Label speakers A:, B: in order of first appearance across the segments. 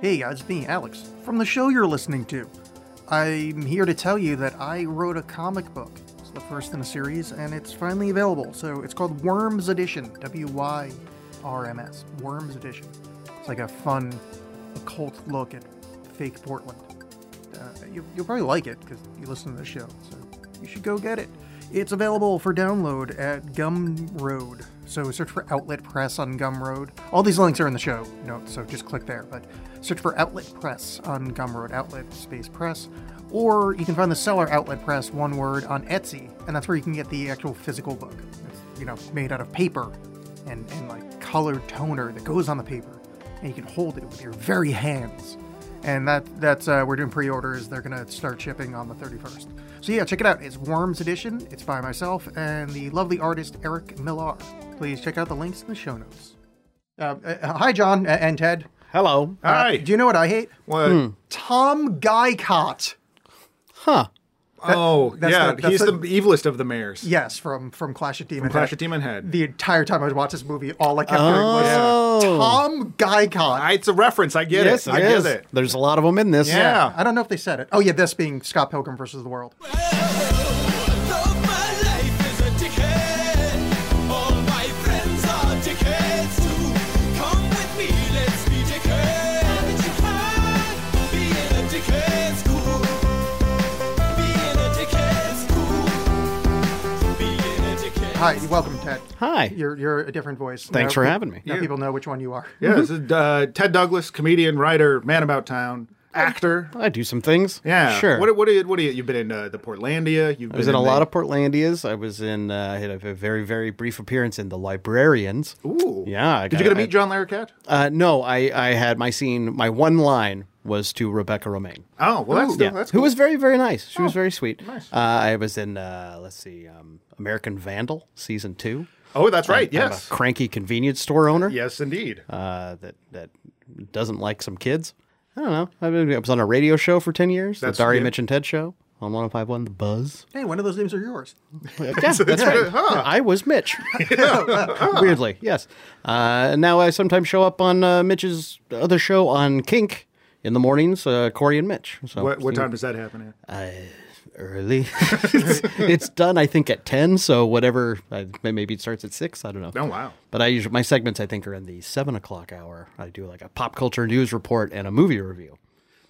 A: Hey, it's me, Alex, from the show you're listening to. I'm here to tell you that I wrote a comic book. It's the first in a series, and it's finally available. So it's called Worms Edition. W Y R M S. Worms Edition. It's like a fun, occult look at fake Portland. Uh, you, you'll probably like it because you listen to the show, so you should go get it. It's available for download at Gumroad. So search for Outlet Press on Gumroad. All these links are in the show notes, so just click there. But search for Outlet Press on Gumroad, Outlet Space Press. Or you can find the seller Outlet Press, one word, on Etsy, and that's where you can get the actual physical book. It's, you know, made out of paper and, and like colored toner that goes on the paper. And you can hold it with your very hands and that that's uh, we're doing pre-orders. They're gonna start shipping on the 31st. So yeah, check it out. It's Worms Edition. It's by myself and the lovely artist Eric Millar. Please check out the links in the show notes. Uh, uh, hi, John a- and Ted.
B: Hello.
A: Uh, Do you know what I hate?
C: What?
B: Hmm.
A: Tom Guycott.
B: Huh.
C: Oh,
A: that's
C: yeah.
A: the- that's
C: he's
A: the-
C: the, evilest of the mayors.
A: Yes, from from Clash of Demon.
C: Clash
A: Head.
C: of Demon Head.
A: The entire time I was watching this movie, all I kept hearing was
B: Oh.
A: Tom Guycott.
C: I, it's a reference. I get
B: Yes,
C: it. I
B: it is.
C: get it.
B: There's a lot of them in this.
C: Yeah.
A: I don't know if they said it. Oh yeah, this being Scott Pilgrim versus the World.
D: Though my life is a dickhead, all my friends are dickheads too. Come with me, let's be dickheads. Haven't you heard? Being a dickhead's cool. Being a dickhead's cool. Being a dickhead.
A: Hi, welcome, Ted.
B: Hi.
A: You're you're a different voice.
B: Thanks for having me.
A: Now
C: Yeah.
A: people know which one you are.
C: Yeah,
B: Mm-hmm.
C: this is uh, Ted Douglas, comedian, writer, man about town, actor.
B: I do some things.
C: Yeah,
B: Sure.
C: What what you, what do you? You've been in uh, the Portlandia. You've
B: I
C: been
B: was in a
C: the-
B: lot of Portlandias. I was in. Uh, I had a very very brief appearance in the Librarians.
C: Ooh.
B: Yeah, I
C: Did
B: got-
C: you get to
B: I-
C: meet John Larroquette?
B: Uh, no, I I had my scene. My one line was to Rebecca Romaine.
C: Oh, well, that's still,
B: yeah,
C: that's
B: who
C: cool. Oh,
B: was very very nice. She was very sweet.
C: nice.
B: Uh, I was in. Uh, let's see, um, American Vandal season two.
C: Oh, that's right.
B: I'm
C: Yes.
B: a cranky convenience store owner.
C: Yes, indeed.
B: Uh, that that doesn't like some kids. I don't know. I, mean, I was on a radio show for ten years.
C: That's
B: the Dari,
C: good.
B: Mitch, and Ted show on 105.1 The Buzz.
A: Hey, one of those names are yours.
B: Yeah, that's right. I was Mitch. Weirdly, yes. Uh, and now I sometimes show up on uh, Mitch's other show on Kink in the mornings, uh, Corey and Mitch. So Uh,
C: what what time does that happen at?
B: Early. it's, it's done, I think, at ten. So whatever, I, maybe it starts at six. I don't know.
C: Oh, wow.
B: But I usually my segments I think are in the seven o'clock hour. I do like a pop culture news report and a movie review.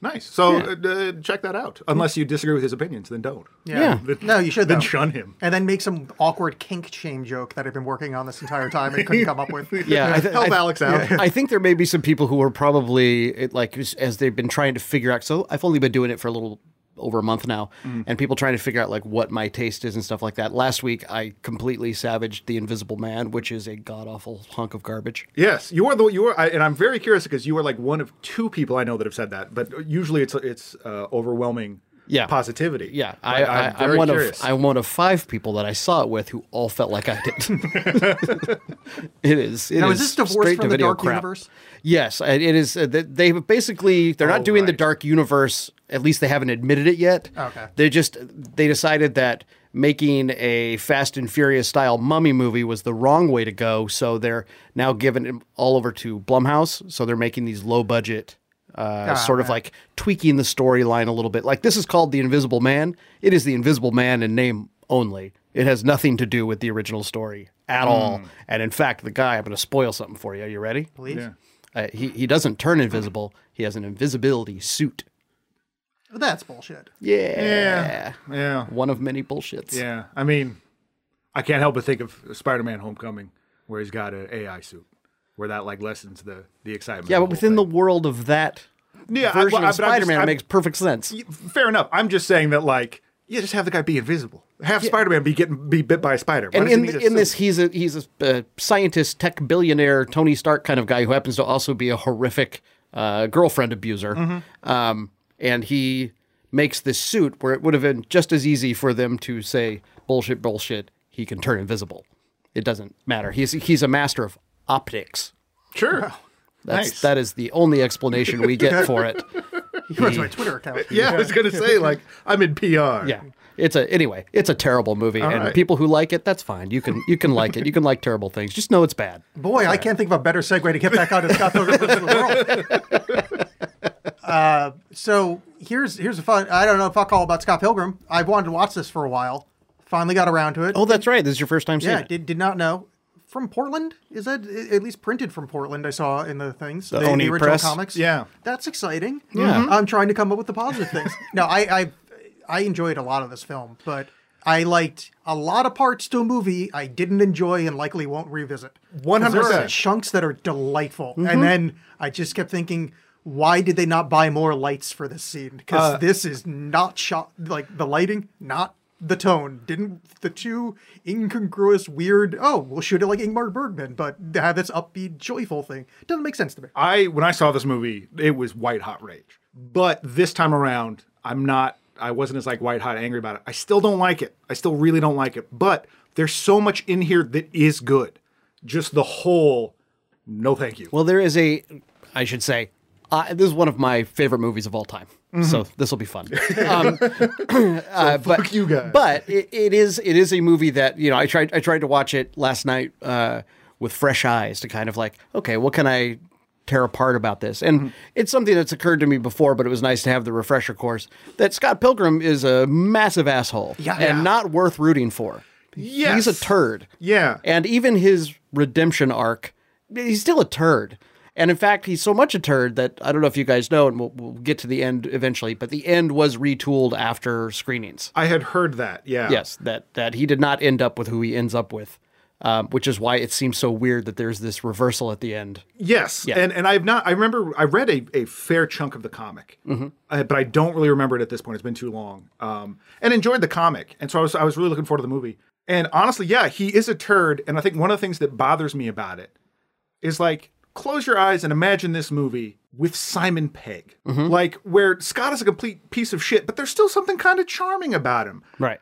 C: Nice. So uh, uh, check that out. Unless you disagree with his opinions, then don't.
B: Yeah.
A: No, you should
C: Then
A: though.
C: shun him.
A: And then make some awkward kink shame joke that I've been working on this entire time and couldn't come up with.
B: Yeah, I th-
C: Help
B: I-
C: Alex out.
B: I think there may be some people who are probably it, like as- as they've been trying to figure out. So I've only been doing it for a little over a month now, and people trying to figure out like what my taste is and stuff like that. Last week, I completely savaged the Invisible Man, which is a god awful hunk of garbage.
C: Yes, you are the you are, I, and I'm very curious because you are like one of two people I know that have said that. But usually it's it's uh, overwhelming
B: Yeah.
C: positivity.
B: Yeah,
C: But
B: I, I,
C: I'm
B: I'm,
C: very
B: one
C: curious.
B: of I'm one of five people that I saw it with who all felt like I did. it is. It
A: Now, is
B: is
A: this divorced
B: straight
A: from
B: to
A: the
B: video
A: Dark
B: crap.
A: Universe?
B: Yes, and it is. uh, They they have basically they're not
C: Oh,
B: doing the
C: right.
B: dark universe. At least they haven't admitted it yet.
A: Okay.
B: They just they decided that making a Fast and Furious style mummy movie was the wrong way to go. So they're now giving it all over to Blumhouse. So they're making these low budget. Uh,
A: Ah,
B: sort of
A: okay.
B: like tweaking the storyline a little bit. Like this is called the Invisible Man. It is the Invisible Man in name only. It has nothing to do with the original story at all. And in fact, the guy I'm going to spoil something for you. Are you ready?
A: Please.
C: Yeah.
B: Uh, he he doesn't turn invisible. He has an invisibility suit.
A: That's bullshit.
B: Yeah.
C: yeah, yeah,
B: One of many bullshits.
C: yeah. I mean, I can't help but think of Spider-Man: Homecoming, where he's got an AI suit, where that like lessens the the excitement.
B: Yeah,
C: of
B: but within the
C: whole
B: world of that
C: thing. yeah, I-
B: version
C: well, I-
B: of
C: but I'm just-
B: Spider-Man, it
C: I'm-
B: makes perfect sense.
C: fair enough. I'm just saying that like yeah, just have the guy be invisible. Have Spider-Man be getting be bit by a spider. Why
B: and
C: does he
B: in,
C: need a
B: in this,
C: suit?
B: he's a he's a uh, scientist, tech billionaire, Tony Stark kind of guy who happens to also be a horrific uh, girlfriend abuser.
C: Mm-hmm.
B: Um, and he makes this suit where it would have been just as easy for them to say bullshit, bullshit. He can turn invisible. It doesn't matter. He's he's a master of optics.
C: sure.
B: That's
C: Nice.
B: that is the only explanation we get for it.
A: He runs my Twitter account.
C: Yeah, I was gonna say like I'm in PR.
B: Yeah. It's a anyway, it's a terrible movie. and
C: right.
B: people who like it, that's fine. You can you can like it. You can like terrible things. Just know it's bad.
A: Boy, I can't think of a better segue to get back on to Scott Pilgrim versus the World. Uh, so here's here's a fun. I don't know fuck all about Scott Pilgrim. I've wanted to watch this for a while. Finally got around to it.
B: Oh, that's right. This is your first time seeing
A: yeah,
B: it.
A: did did not know. From Portland, is that i- at least printed from Portland? I saw in the things the,
B: Oni
A: original
B: Press?
A: comics.
C: Yeah.
A: that's exciting. Mm-hmm.
B: Yeah.
A: I'm trying to come up with the positive things. No, I, I I enjoyed a lot of this film, but I liked a lot of parts to a movie I didn't enjoy and likely won't revisit. 'Cause there are
C: 100%.
A: chunks that are delightful, and then I just kept thinking. Why did they not buy more lights for this scene? Because
C: Uh,
A: this is not shot like the lighting, not the tone. Didn't the two incongruous, weird? Oh, we'll shoot it like Ingmar Bergman, but have this upbeat, joyful thing. Doesn't make sense to me.
C: I when I saw this movie, it was white hot rage. But this time around, I'm not. I wasn't as like white hot angry about it. I still don't like it. I still really don't like it. But there's so much in here that is good. Just the whole, no thank you.
B: Well, there is a, I should say, uh, this is one of my favorite movies of all time.
C: Mm-hmm.
B: So this will be fun. Um, uh, but,
C: you guys.
B: But it, it is it is a movie that you know I tried I tried to watch it last night uh, with fresh eyes to kind of like okay what can I tear apart about this
C: Mm-hmm.
B: and it's something that's occurred to me before but it was nice to have the refresher course that Scott Pilgrim is a massive asshole
A: Yeah.
B: and not worth rooting for.
C: Yes.
B: He's a turd.
C: Yeah.
B: And even his redemption arc, he's still a turd. And in fact, he's so much a turd that I don't know if you guys know, and we'll, we'll get to the end eventually, but the end was retooled after screenings.
C: I had heard that. Yeah.
B: Yes, that, that he did not end up with who he ends up with, um, which is why it seems so weird that there's this reversal at the end.
C: Yes, and and I've not. I remember I read a, a fair chunk of the comic, uh, but I don't really remember it at this point. It's been too long. Um, and enjoyed the comic, and so I was I was really looking forward to the movie. And honestly, yeah, he is a turd. And I think one of the things that bothers me about it is like close your eyes and imagine this movie with Simon Pegg, like where Scott is a complete piece of shit, but there's still something kind of charming about him.
B: Right.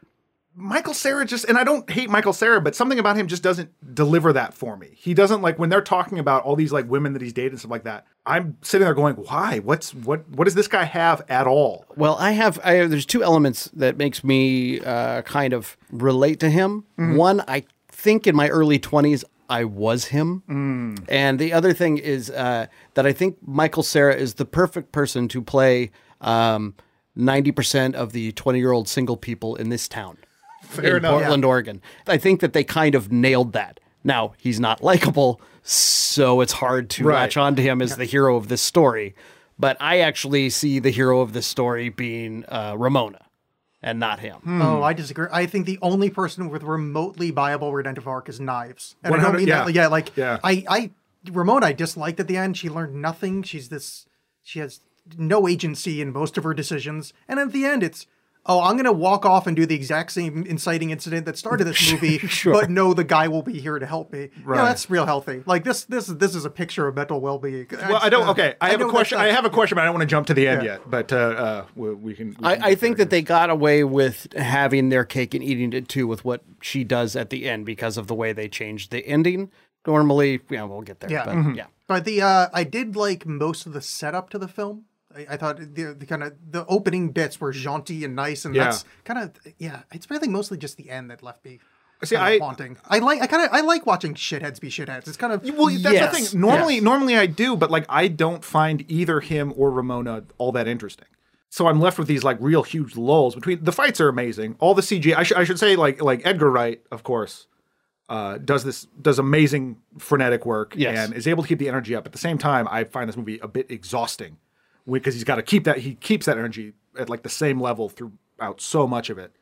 C: Michael Sarah just, and I don't hate Michael Sarah, but something about him just doesn't deliver that for me. He doesn't like when they're talking about all these like women that he's dated and stuff like that. I'm sitting there going, why? What's what? What does this guy have at all?
B: Well, I have, I there's two elements that makes me uh, kind of relate to him. One, I think in my early 20s, I was him. And the other thing is uh, that I think Michael Sarah is the perfect person to play um, 90% of the 20 year old single people in this town. in
C: enough.
B: Portland, Oregon. I think that they kind of nailed that. Now, he's not likable, so it's hard to
C: Right.
B: latch onto him as the hero of this story. But I actually see the hero of this story being uh, Ramona and not him.
C: Hmm.
A: Oh, I disagree. I think the only person with remotely viable redemptive arc is Knives. And I don't
C: 100
A: mean that.
C: yeah.
A: Yeah, like
C: Yeah.
A: I, I, Ramona, I disliked at the end. She learned nothing. She's this. She has no agency in most of her decisions. And at the end, it's oh, I'm gonna walk off and do the exact same inciting incident that started this movie, but no, the guy will be here to help me.
C: Right.
A: Yeah, that's real healthy. Like this, this, this is a picture of mental well-being.
C: Well, I don't. Okay, I have
A: uh, know
C: a question. I
A: that's not-
C: have a question, but I don't want to jump to the end
A: Yeah.
C: yet. But uh, uh, we, we can. we can
B: I, I
C: get
B: think
C: there.
B: that they got away with having their cake and eating it too with what she does at the end because of the way they changed the ending. Normally, yeah, we'll get there.
A: Yeah.
B: But
C: mm-hmm.
B: yeah.
A: But the uh, I did like most of the setup to the film. I, I thought the, the kind of the opening bits were jaunty and nice, and
C: Yeah.
A: that's kind of yeah. It's really mostly just the end that left me.
C: See,
A: kind of
C: I-
A: haunting. I like I kind of I like watching shitheads be shitheads. It's kind of
C: Well, that's the
B: Yes.
C: thing. Normally,
B: Yes.
C: normally I do, but like I don't find either him or Ramona all that interesting. So I'm left with these like real huge lulls between the fights are amazing. All the CG, I, sh- I should say, like like Edgar Wright, of course, uh, does this does amazing frenetic work
B: Yes.
C: and is able to keep the energy up. At the same time, I find this movie a bit exhausting because he's got to keep that he keeps that energy at like the same level throughout so much of it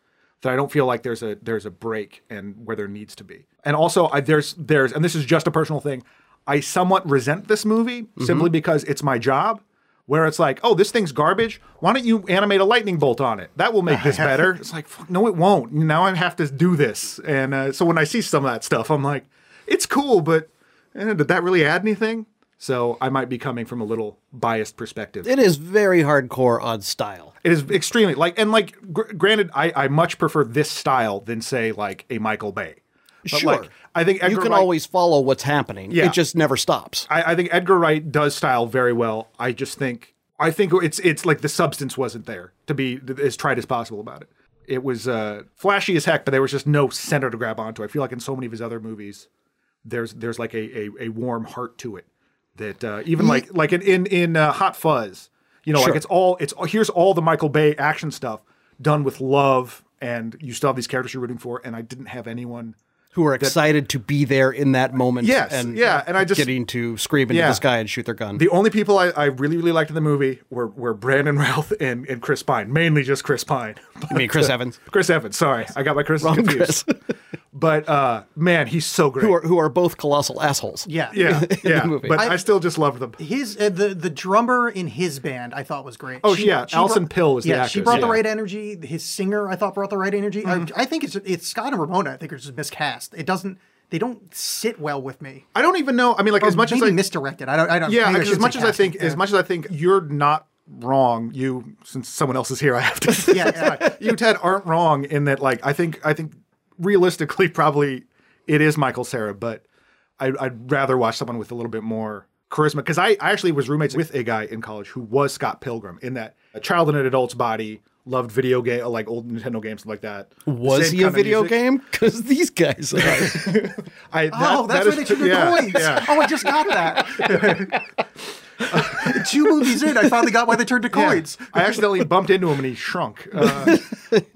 C: that I don't feel like there's a there's a break and where there needs to be. And also I, there's there's and this is just a personal thing. I somewhat resent this movie simply because it's my job. Where it's like, oh, this thing's garbage. Why don't you animate a lightning bolt on it? That will make this better. It's like, fuck, no, it won't. Now I have to do this. And uh, so when I see some of that stuff, I'm like, it's cool, but eh, did that really add anything? So I might be coming from a little biased perspective.
B: It is very hardcore on style.
C: It is extremely like and like. Gr- granted, I I much prefer this style than say like a Michael Bay. But,
B: sure.
C: like, I think Edgar
B: you can
C: Wright-
B: always follow what's happening.
C: Yeah.
B: It just never stops.
C: I, I think Edgar Wright does style very well. I just think I think it's it's like the substance wasn't there to be as tried as possible about it. It was uh, flashy as heck, but there was just no center to grab onto. I feel like in so many of his other movies, there's there's like a a, a warm heart to it that uh, even like like in in, in uh, Hot Fuzz, You know,
B: Sure.
C: like it's all it's here's all the Michael Bay action stuff done with love, and you still have these characters you're rooting for, and I didn't have anyone.
B: who are excited to be there in that moment.
C: Yes,
B: and
C: yeah, and I just-
B: getting to scream into
C: Yeah.
B: the sky and shoot their gun.
C: The only people I, I really really liked in the movie were were Brandon Routh and, and Chris Pine, mainly just Chris Pine.
B: I mean, Chris Evans,
C: Chris Evans, sorry, I got my Chris
B: Wrong
C: confused. But uh, man, he's so great.
B: who are who are both colossal assholes.
A: Yeah.
C: yeah, yeah.
B: movie.
C: But
A: I-
C: I, still just loved them.
A: His uh, the the drummer in his band I thought was great.
C: Oh, yeah, Alison
A: brought-
C: Pill was the
A: yeah. She
C: actress,
A: brought the
C: yeah. Mm-hmm.
A: right energy. His singer I thought brought the right energy. I, I think it's it's Scott and Ramona. I think are just miscast. It doesn't they don't sit well with me.
C: I don't even know. I mean, like as much as
A: Maybe
C: I
A: misdirected. I don't. I don't. maybe
C: Yeah,
A: I
C: because as
A: shouldn't
C: much
A: say
C: as I think,
A: casting.
C: as much as I think, you're not wrong. You, since someone else is here, I have to.
A: Yeah, yeah.
C: you Ted aren't wrong in that. Like, I think, I think, realistically, probably it is Michael Sarah, but I, I'd rather watch someone with a little bit more charisma. Because I, I actually was roommates with a guy in college who was Scott Pilgrim in that a child in an adult's body loved video game, like old Nintendo games like that.
B: Was
C: Same
B: he a
C: kind of
B: video
C: music.
B: game? Because these guys, are,
C: I, that,
A: Oh, that's
C: that
A: where
C: is
A: they
C: tr-
A: took the
C: yeah,
A: coins.
C: yeah.
A: Oh, I just got that. Two movies in, I finally got why they turned to
C: Yeah.
A: coins.
C: I accidentally bumped into him and he shrunk. Uh,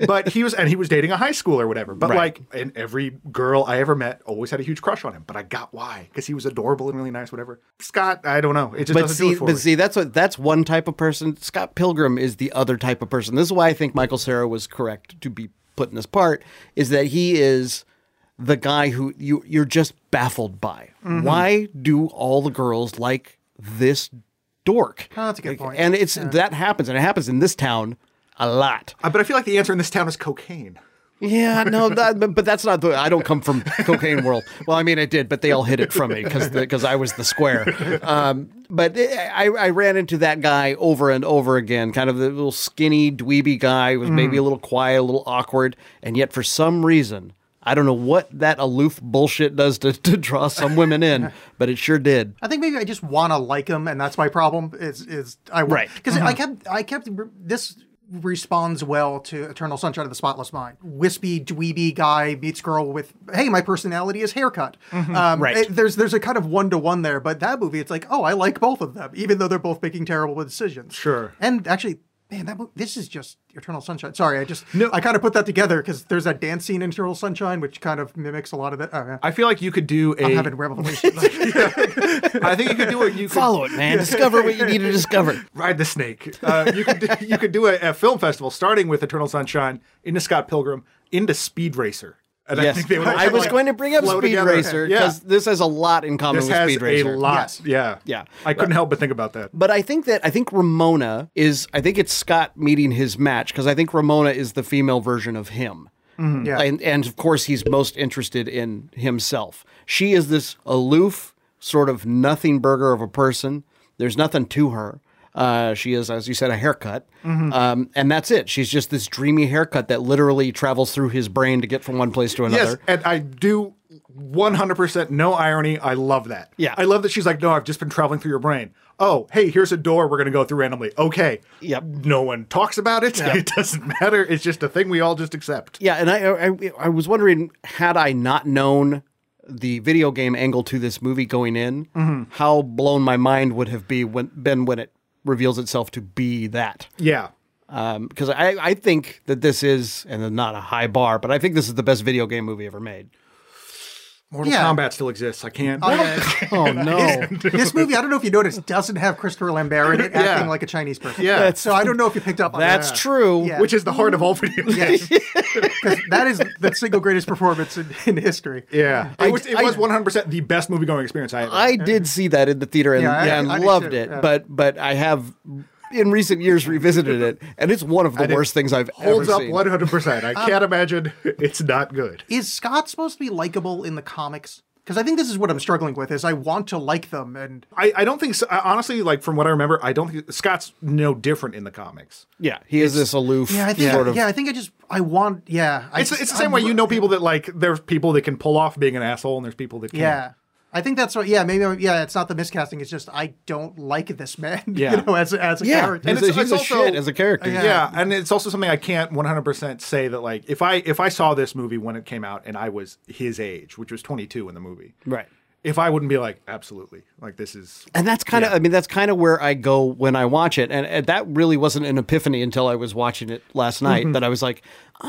C: but he was, and he was dating a high schooler or whatever. But
B: Right.
C: like, and every girl I ever met always had a huge crush on him. But I got why because he was adorable and really nice, whatever. Scott, I don't know. It just
B: but
C: doesn't do
B: see,
C: it for
B: but
C: me.
B: see, that's what that's one type of person. Scott Pilgrim is the other type of person. This is why I think Michael Sarah was correct to be put in this part. Is that he is the guy who you you're just baffled by.
C: Mm-hmm.
B: Why do all the girls like this dork?
A: Oh, that's a good point.
B: And it's that happens, and it happens in this town a lot.
C: Uh, but I feel like the answer in this town is cocaine.
B: Yeah, no, that, but, but that's not the. I don't come from cocaine world. Well, I mean, I did, but they all hid it from me because because I was the square. Um, but I, I ran into that guy over and over again, kind of the little skinny dweeby guy, was maybe a little quiet, a little awkward, and yet for some reason, I don't know what that aloof bullshit does to, to draw some women in, but it sure did.
A: I think maybe I just want to like him, and that's my problem. Is is I
B: Right.
A: because I kept I kept this responds well to Eternal Sunshine of the Spotless Mind. Wispy dweeby guy meets girl with hey, my personality is haircut. Um,
B: Right.
A: it- there's there's a kind of one to one there, but that movie it's like oh I like both of them, even though they're both making terrible decisions.
C: Sure.
A: And actually. Man, that mo- this is just Eternal Sunshine. Sorry, I just I kind of put that together because there's that dance scene in Eternal Sunshine, which kind of mimics a lot of that. Oh, yeah.
C: I feel like you could do a.
A: I'm having revelations.
C: I think you could do a. You could
B: Follow it, man. Discover what you need to discover.
C: Ride the snake. Uh, you could do, you could do a, a film festival starting with Eternal Sunshine into Scott Pilgrim into Speed Racer. And
B: Yes, I was going to bring up Speed Racer
C: Yeah.
B: because this has a lot in common
C: This
B: with
C: has
B: Speed Racer.
C: a lot.
A: Yes.
C: Yeah.
B: Yeah.
C: I couldn't help but think about that.
B: But I think that I think Ramona is I think it's Scott meeting his match because I think Ramona is the female version of him.
A: yeah.
B: And and of course he's most interested in himself. She is this aloof sort of nothing burger of a person. There's nothing to her. Uh, she is, as you said, a haircut, um, and that's it. She's just this dreamy haircut that literally travels through his brain to get from one place to
C: Yes,
B: another.
C: and I do 100% no irony. I love that.
B: Yeah.
C: I love that she's like, no, I've just been traveling through your brain. Oh, hey, here's a door we're going to go through randomly. Okay.
B: Yep.
C: No one talks about it. It doesn't matter. It's just a thing we all just accept.
B: Yeah, and I, I I was wondering had I not known the video game angle to this movie going in,
A: Mm-hmm.
B: how blown my mind would have be when, been when it reveals itself to be that.
C: Yeah.
B: Because I, I think that this is, and not a high bar, but I think this is the best video game movie ever made.
C: Mortal
A: Yeah.
C: Kombat still exists. I can't.
A: Yeah.
B: Oh, no.
A: this movie, I don't know if you noticed, doesn't have Christopher Lambert in it acting
C: Yeah.
A: like a Chinese person.
C: Yeah. That's-
A: So I don't know if you picked up on
B: That's true.
A: Yeah.
C: Which is the heart of all video games.
A: that. That is the single greatest performance in, in history.
C: Yeah.
B: I-
C: It was, it
B: I-
C: was 100% the best movie going experience I ever
B: I did see that in the theater and,
A: Yeah, I-
B: and
A: I did
B: loved
A: too,
B: it,
A: yeah.
B: but but I have in recent years revisited it, and it's one of the
C: did-
B: worst things I've
C: Holds
B: ever
C: up
B: seen. Um, e
C: 100%. I can't imagine it's not good.
A: Is Scott supposed to be likable in the comics? Because I think this is what I'm struggling with is I want to like them and
C: I, I don't think so. I- honestly, like from what I remember, I don't think Scott's no different in the comics.
B: yeah, he is this aloof
A: yeah, I think
B: sort of
A: yeah, I think I just I want yeah. I
C: It's,
A: just-
C: it's the same
A: I'm-
C: way you know people that like there's people that can pull off being an asshole and there's people that can
A: Yeah. I think that's what yeah, maybe I'm- yeah, it's not the miscasting, it's just I don't like this man,
C: Yeah.
A: you know, as as a
B: Yeah,
A: character.
B: and
C: And
B: he's, a,
C: it's-
B: he's a
C: it's also-
B: shit as a character.
C: Yeah. and it's also something I can't 100% say that like if I if I saw this movie when it came out and I was his age, which was 22 in the movie.
B: Right.
C: if I wouldn't be like, absolutely, like this is
B: And that's kind of, I mean, that's kind of where I go when I watch it. And, and that really wasn't an epiphany until I was watching it last night
C: Mm-hmm.
B: that I was like,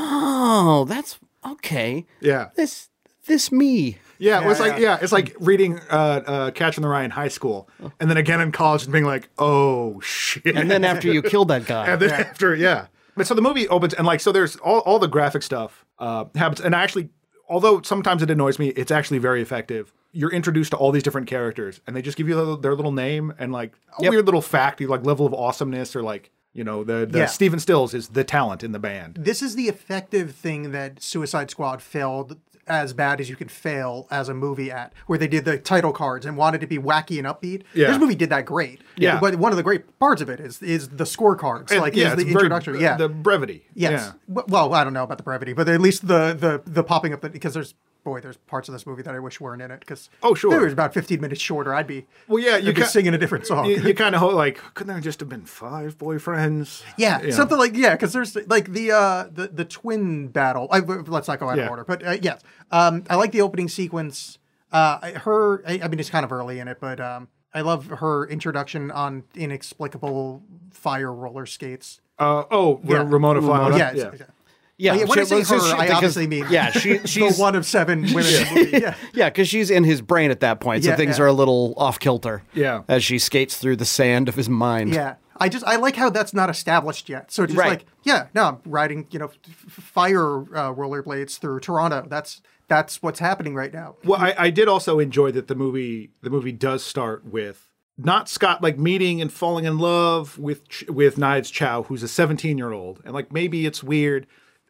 B: oh, that's okay.
C: Yeah.
B: This, this me.
C: Yeah, it was
A: Yeah,
C: like yeah, it's like reading uh, uh, Catch in the Rye in high school, and then again in college, and being like, oh shit.
B: Oh. And then after you kill that guy,
C: and then after yeah but so the movie opens and like so there's all, all the graphic stuff uh happens and actually although sometimes it annoys me it's actually very effective you're introduced to all these different characters and they just give you their, their little name and like a
B: Yep.
C: weird little fact like level of awesomeness or like you know the, the
A: Yeah.
C: Stephen Stills is the talent in the band
A: This is the effective thing that Suicide Squad failed as bad as you could fail as a movie at, where they did the title cards and wanted to be wacky and upbeat.
C: Yeah.
A: This movie did that great.
C: Yeah.
A: But one of the great parts of it is is the scorecards,
C: And,
A: like
C: yeah,
A: is the
C: it's very-
A: introductory. yeah.
C: the brevity
A: Yes. W- Well, I don't know about the brevity, but at least the the the popping up that because there's boy, there's parts of this movie that I wish weren't in it because
C: Oh, sure.
A: if it was about 15 minutes shorter, I'd be
C: Well, yeah,
A: I'd
C: you
A: be
C: ca-
A: singing a different
C: yeah
A: song.
C: you, you kind of like Oh. couldn't there just have been five boyfriends
A: yeah,
C: You know.
A: something like yeah, because there's like the uh the the twin battle. I, let's not go out
C: Yeah.
A: of order, but uh, yes, um, I like the opening sequence. Uh, I- her, I, I mean, it's kind of early in it, but um, I love her introduction on inexplicable fire roller skates.
C: uh, oh we're
A: Yeah.
C: Ramona
A: yeah,
C: Flowers yeah.
A: it's- yeah.
B: yeah.
A: yeah, when I say
B: well, so
A: her, I
B: because-
A: obviously mean-
B: yeah, she, she's
A: the one of seven women. in the movie. Yeah.
B: Yeah, because she's in his brain at that point, so
A: Yeah,
B: things
A: yeah.
B: are a little off kilter.
C: Yeah.
B: as she skates through the sand of his mind.
A: Yeah, I just I like how that's not established yet. So it's just
B: Right.
A: like, yeah, no, I'm riding, you know, f- f- fire uh, rollerblades through Toronto. That's that's what's happening right now.
C: Well, I, I did also enjoy that the movie the movie does start with not Scott like meeting and falling in love with Ch- with Knives Chow, who's a 17 year old, and like maybe it's weird.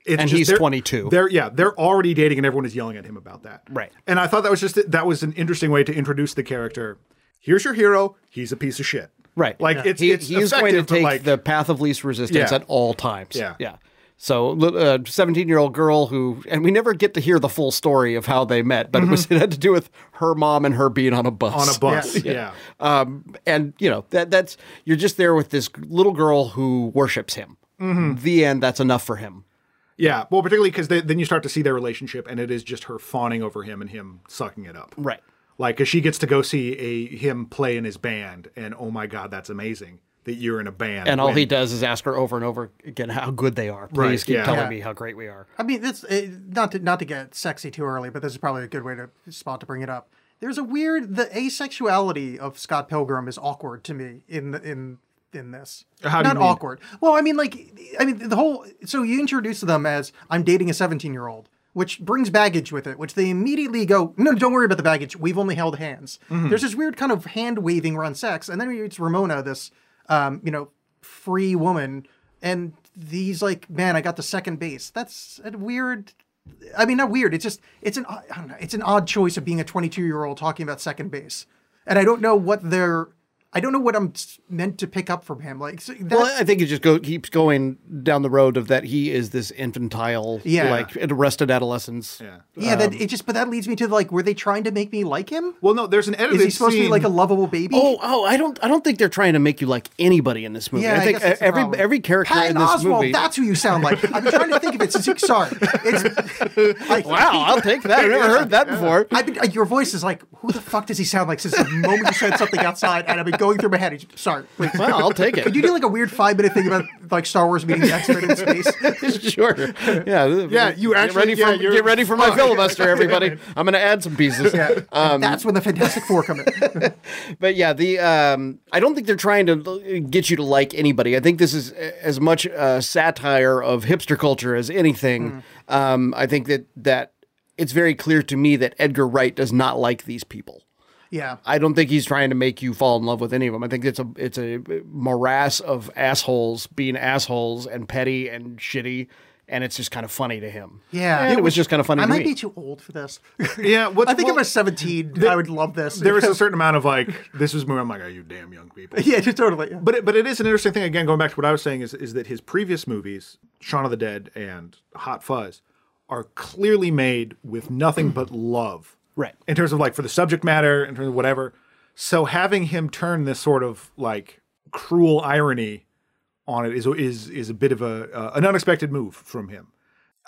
C: It's
B: And
C: just
B: he's
C: they're-
B: 22.
C: They're yeah, they're already dating, and everyone is yelling at him about that.
B: Right.
C: And I thought that was just that was an interesting way to introduce the character. Here's your hero. He's a piece of shit.
B: right.
C: Like it's
B: he,
C: it's
B: he is going to
C: effective, but,
B: take
C: like,
B: the path of least resistance
C: Yeah.
B: at all times.
C: Yeah.
B: yeah. So, li- a seventeen-year-old girl who, and we never get to hear the full story of how they met, but it was it had to do with her mom and her being on a bus.
C: Mm-hmm. on a bus.
A: Yeah.
C: Yeah.
B: um, and you know that that's you're just there with this little girl who worships him.
C: Mm-hmm.
B: The end. That's enough for him.
C: Yeah. Well, particularly because then you start to see their relationship, and it is just her fawning over him and him sucking it up.
B: Right.
C: Like, cause she gets to go see a him play in his band, and oh my god, that's amazing that you're in a band.
B: And all
C: when-
B: he does is ask her over and over again how good they are. Please
C: Right,
B: keep
C: yeah.
B: telling
C: Yeah.
B: me how great we are.
A: I mean, this eh, not to not to get sexy too early, but this is probably a good way to spot to bring it up. There's a weird the asexuality of Scott Pilgrim is awkward to me in the in in this.
C: How do
A: not
C: you mean?
A: awkward. Well, I mean, like, I mean, the whole. So you introduce them as I'm dating a 17 year old, which brings baggage with it, which they immediately go, no, don't worry about the baggage. We've only held hands. There's this weird kind of hand waving around sex, and then it's Ramona, this, um, you know, free woman, and he's like, man, I got the second base. That's a weird. I mean, not weird. It's just it's an I don't know. It's an odd choice of being a 22 year old talking about second base, and I don't know what they're. I don't know what I'm s- meant to pick up from him. Like so that's,
B: Well, I think it just go, keeps going down the road of that he is this infantile,
A: Yeah.
B: like arrested adolescence.
C: Yeah.
A: Yeah, that
B: Um,
A: it just but that leads me to like, were they trying to make me like him?
C: Well, no, there's an edited.
A: Is he supposed to be
C: scene-
A: like a lovable baby?
B: Oh, oh, I don't, I don't think they're trying to make you like anybody in this movie.
A: yeah,
B: I think
A: guess that's the
B: every
A: problem.
B: every character
A: Patton
B: in this
A: Oswalt,
B: movie.
A: That's who you sound like. I've been trying to think of it since. Sorry, it's like,
B: wow, I'll take that. I've never heard that before.
A: I've been, like, your voice is like, who the fuck does he sound like? Since the moment you said something outside, and I've been going through my head. It's- Sorry, wait,
B: Well, I'll take
A: could
B: it.
A: you do like a weird five minute thing about like Star Wars meeting the X Men in space?
B: sure. Yeah.
C: Yeah, you
B: get
C: actually-
B: ready
C: yeah,
B: for
C: you're-
B: get ready for my filibuster, everybody. I'm going to add some pieces.
A: Yeah,
B: um,
A: that's when the Fantastic Four come in.
B: But yeah, the um, I don't think they're trying to l- get you to like anybody. I think this is a- as much uh, satire of hipster culture as anything.
A: Hmm.
B: Um, I think that that it's very clear to me that Edgar Wright does not like these people.
A: Yeah,
B: I don't think he's trying to make you fall in love with any of them. I think it's a it's a morass of assholes being assholes and petty and shitty, and it's just kind of funny to him.
A: Yeah.
B: and it was just kind of funny.
A: I
B: to
A: might
B: me.
A: be too old for this.
C: Yeah. What,
A: I think
C: well,
A: if I was 17, I would love this.
C: There was a certain amount of like this was movie. I'm like, are you damn young people?
A: yeah, totally. yeah.
C: But it, but it is an interesting thing. Again, going back to what I was saying is is that his previous movies, Shaun of the Dead and Hot Fuzz, are clearly made with nothing but love.
B: Right.
C: In terms of like for the subject matter, in terms of whatever. So having him turn this sort of like cruel irony on it is is is a bit of a uh, an unexpected move from him.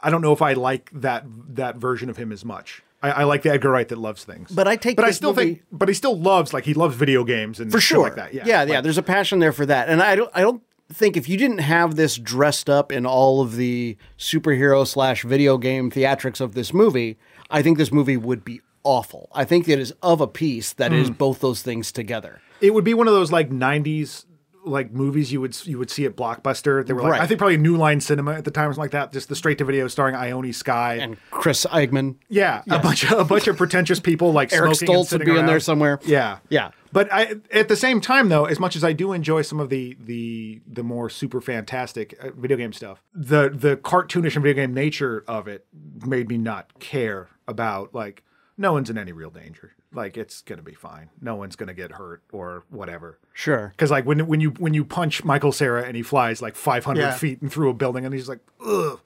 C: I don't know if I like that that version of him as much. I, I like the Edgar Wright that loves things.
B: But I take
C: But I
B: this
C: still
B: movie-
C: think. But he still loves like he loves video games and
B: for
C: shit
B: sure.
C: like that. Yeah.
B: yeah,
C: Like,
B: yeah, There's a passion there for that, and I don't, I don't think if you didn't have this dressed up in all of the superhero slash video game theatrics of this movie, I think this movie would be awful. I think it is of a piece that is
C: Mm.
B: both those things together.
C: it would be one of those like '90s like movies you would you would see at Blockbuster. They were like
B: Right.
C: I think probably New Line Cinema at the time, or something like that. Just the straight to video starring Ione Sky.
B: And Chris Eigman,
C: yeah, a bunch of a bunch of pretentious people like
B: Eric
C: smoking and
B: Stoltz would
C: sitting
B: be in there
C: around.
B: somewhere.
C: Yeah,
B: Yeah.
C: But I, at the same time, though, as much as I do enjoy some of the the the more super fantastic uh, video game stuff, the the cartoonish and video game nature of it made me not care about like no one's in any real danger. Like it's gonna be fine. No one's gonna get hurt or whatever.
B: Sure.
C: Because like when when you when you punch Michael Sarah and he flies like 500
A: Yeah.
C: feet and through a building and he's like, ugh.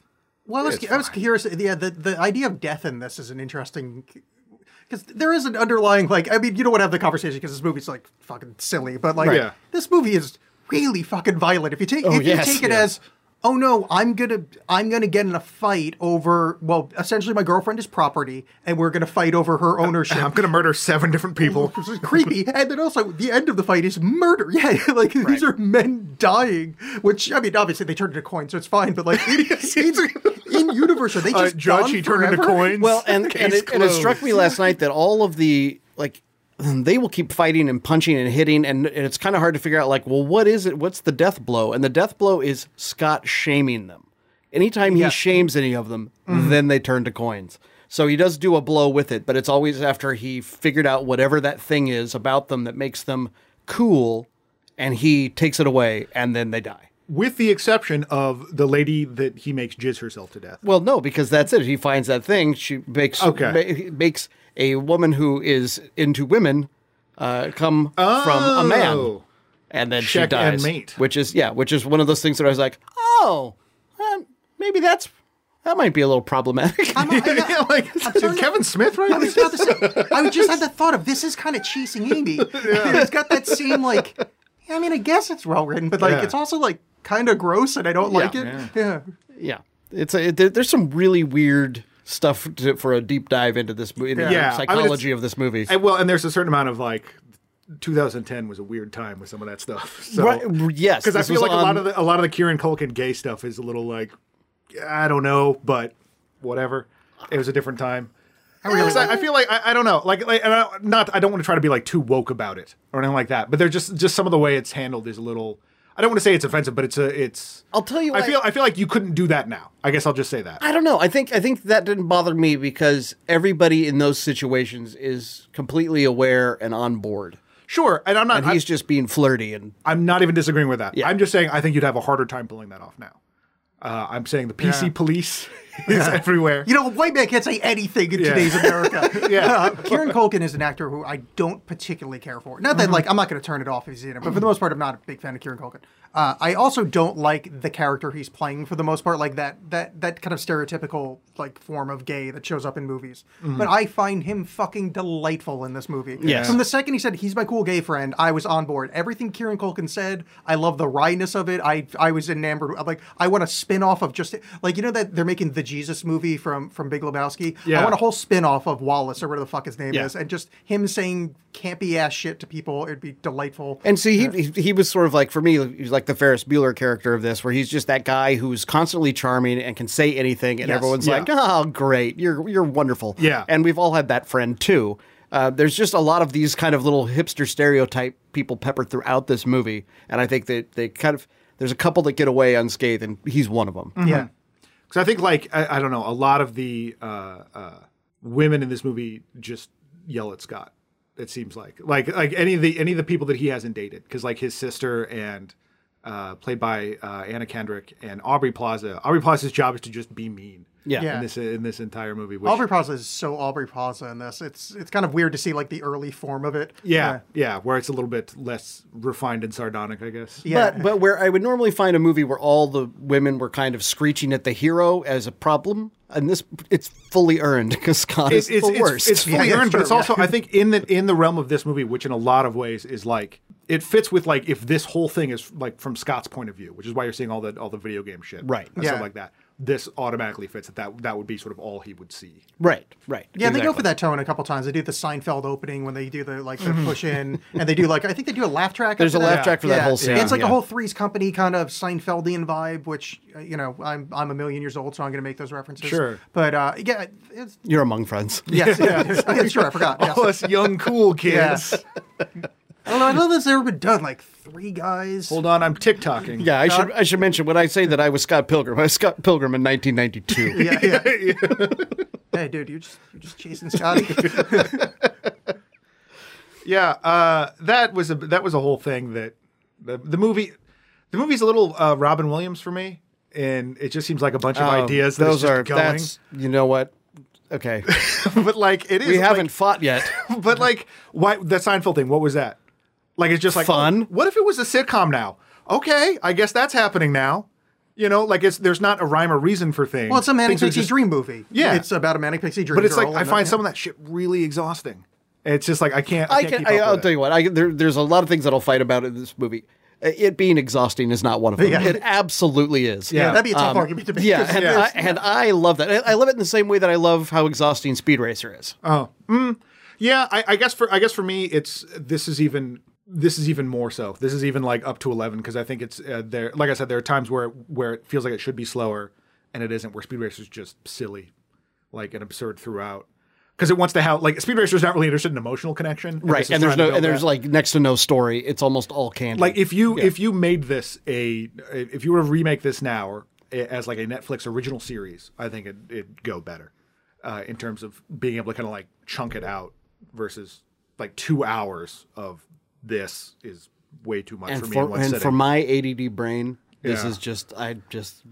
A: Well, I was,
C: It's
A: I was
C: fine.
A: curious. Yeah, the, the idea of death in this is an interesting. Because there is an underlying, like, I mean, you don't want to have the conversation because this movie's, like, fucking silly, but, like,
C: Right. Oh, Yeah.
A: this movie is really fucking violent. If you take, if
B: yes,
A: you take it
B: yeah.
A: as, oh no, I'm gonna, I'm gonna get in a fight over, well, essentially my girlfriend is property and we're gonna fight over her ownership.
C: Uh, I'm gonna murder seven different people.
A: which is creepy. And then also the end of the fight is murder. Yeah, like these are men dying. Which I mean, obviously they turned into coins, so it's fine. But like in, in, in universe, are they
C: Uh,
A: just
C: judge,
A: gone
C: he turned into
A: forever?
C: coins.
B: Well, and
C: Case
B: and it, and it
C: closed.
B: struck me last night that all of the like they will keep fighting and punching and hitting, and, and it's kind of hard to figure out like, well, what is it? What's the death blow? And the death blow is Scott shaming them. Anytime he shames any of them, then they turn to coins. So he does do a blow with it, but it's always after he figured out whatever that thing is about them that makes them cool, and he takes it away, and then they die.
C: with the exception of the lady that he makes jizz herself to death.
B: Well, no, because that's it. He finds that thing. She makes
C: Okay.
B: ma- makes a woman who is into women uh, come from a man,
C: Oh.
B: and then she
C: Check and
B: dies.
C: mate.
B: Which is yeah, which is one of those things that I was like, oh, um, maybe that's that might be a little problematic.
C: yeah, like is Kevin Smith, right?
A: I was about to say, I just had the thought of this is kind of cheesing Amy. it's got that same like. I mean, I guess it's well written, but like
C: Yeah.
A: it's also like kind of gross, and I don't like it.
C: Yeah.
A: Yeah.
B: yeah, it's a, there, there's some really weird stuff to, for a deep dive into this movie, into the
C: Yeah. I mean, it's-
B: psychology of this movie.
C: And, well, and there's a certain amount of like 2010 was a weird time with some of that stuff. So,
B: Right, yes,
C: because I
B: this
C: feel
B: was
C: like a
B: on-
C: lot of the, a lot of the Kieran Culkin gay stuff is a little like I don't know, but whatever. It was a different time. 'Cause I, I feel like I, I don't know, like, like and I, not I don't want to try to be like too woke about it or anything like that. But they're just just some of the way it's handled is a little. I don't want to say it's offensive, but it's a it's.
B: I'll tell you
C: I
B: what-
C: feel I feel like you couldn't do that now. I guess I'll just say that.
B: I don't know. I think I think that didn't bother me because everybody in those situations is completely aware and on board.
C: Sure, and I'm not.
B: And
C: I-
B: he's just being flirty and
C: I'm not even disagreeing with that.
B: Yeah.
C: I'm just saying I think you'd have a harder time pulling that off now. Uh, I'm saying the PC police is everywhere.
A: You know, a white man can't say anything in
C: Yeah.
A: today's America.
C: Yeah.
A: Uh, Kieran Culkin is an actor who I don't particularly care for. Not that,
C: Mm-hmm.
A: like, I'm not going to turn it off if he's in it, but for the most part, I'm not a big fan of Kieran Culkin. Uh, I also don't like the character he's playing for the most part, like that that that kind of stereotypical like form of gay that shows up in movies.
C: Mm-hmm.
A: But I find him fucking delightful in this movie.
B: Yes.
A: From the second he said he's my cool gay friend, I was on board. Everything Kieran Culkin said, I love the wryness of it. I I was enamored. I'm like I want a spin off of just like you know that they're making the Jesus movie from from Big Lebowski. I
C: Yeah.
A: want a whole spin off of Wallace or whatever the fuck his name
B: Yeah.
A: is, and just him saying campy ass shit to people. It'd be delightful.
B: and see he, he he was sort of like for me he's like the Ferris Bueller character of this where he's just that guy who's constantly charming and can say anything and
A: Yes.
B: everyone's
C: Yeah.
B: like oh great you're you're wonderful
C: Yeah.
B: and we've all had that friend too. Uh, there's just a lot of these kind of little hipster stereotype people peppered throughout this movie, and I think that they kind of there's a couple that get away unscathed, and he's one of them.
A: yeah.
B: Mm-hmm.
C: Because I think, like, I, I don't know, a lot of the uh, uh, women in this movie just yell at Scott. It seems like, like, like any of the any of the people that he hasn't dated, because like his sister and uh, played by uh, Anna Kendrick and Aubrey Plaza. Aubrey Plaza's job is to just be mean.
B: Yeah.
A: Yeah.
C: In this in this entire movie, which,
A: Aubrey Plaza is so Aubrey Plaza in this. It's it's kind of weird to see like the early form of it.
C: Yeah, yeah, where it's a little bit less refined and sardonic, I guess.
A: Yeah.
B: But but where I would normally find a movie where all the women were kind of screeching at the hero as a problem, and this it's fully earned because Scott is the worst.
C: It's, fully
A: yeah,
C: earned, but
A: sure,
C: it's also I think in the in the realm of this movie, which in a lot of ways is like it fits with like if this whole thing is like from Scott's point of view, which is why you're seeing all the all the video game shit,
B: Right.
C: and
A: Yeah.
C: stuff like that. this automatically fits that that, that would be sort of all he would see.
B: Right, right.
A: Yeah, they go for
B: exactly.
A: that tone a couple times. They do the Seinfeld opening when they do the like
B: Mm-hmm.
A: the push in, and they do like I think they do a laugh track.
B: There's
A: after
B: a laugh
A: that.
B: track for that whole scene,
A: It's like
B: yeah.
A: a whole Three's Company kind of Seinfeldian vibe, which uh, you know I'm I'm a million years old, so I'm going to make those references.
C: Sure.
A: but uh, yeah, it's,
B: You're among friends.
A: yes, yeah, yeah, sure, I forgot. yes.
B: Oh,
C: us young cool kids.
A: I don't know. I don't know if this ever been done. Like three guys.
C: Hold on, I'm TikToking.
B: Yeah, I should I should mention when I say that I was Scott Pilgrim. I was Scott Pilgrim in 1992.
A: Yeah, yeah. hey, dude, you're just you're just chasing Scotty.
C: Yeah, uh, that was a that was a whole thing that the, the movie the movie's a little uh, Robin Williams for me, and it just seems like a bunch of
B: Um,
C: ideas that Oh, those are going.
B: that's you know what? Okay,
C: but like it is
B: we
C: like-
B: haven't fought yet.
C: but like why that Seinfeld thing? What was that? Like it's just like
B: Fun.
C: oh, what if it was a sitcom now? Okay, I guess that's happening now. You know, like it's there's not a rhyme or reason for things.
A: well, it's a manic
C: Things are
A: pixie
C: just-
A: dream movie.
C: Yeah.
A: it's about a manic pixie dream.
C: But it's
A: girl
C: like I
A: and
C: find
A: a-
C: some of that shit really exhausting. It's just like I can't. I,
B: I can.
C: can't keep
B: I,
C: up
B: I'll
C: with
B: tell
C: it.
B: you what. I, there, there's a lot of things that I'll fight about in this movie. Uh, It being exhausting is not one of them.
A: Yeah.
B: It absolutely is.
A: Yeah,
C: Yeah.
A: that'd be a tough argument to make.
B: Um, Yeah, and,
C: Um, Yeah.
B: I, and I love that. I, I love it in the same way that I love how exhausting Speed Racer is.
C: Yeah, I, I guess for I guess for me, it's this is even this is even more so. This is even like up to eleven because I think it's uh, there. Like I said, there are times where where it feels like it should be slower, and it isn't. Where Speed Racer is just silly, like and absurd throughout. Because it wants to have like Speed Racer is not really interested in emotional connection,
B: Right,
C: this is
B: and there's
C: trying to
B: no, and
C: build
B: there's
C: that.
B: like next to no story. It's almost all candy.
C: like if you if you made this a if you were to remake this now or a- as like a Netflix original series, I think it, it'd go better uh, in terms of being able to kind of like chunk it out versus like two hours of this is way too much
B: and
C: for me in
B: for
C: one
B: and
C: sitting.
B: for my ADD brain, this
C: Yeah.
B: is just I just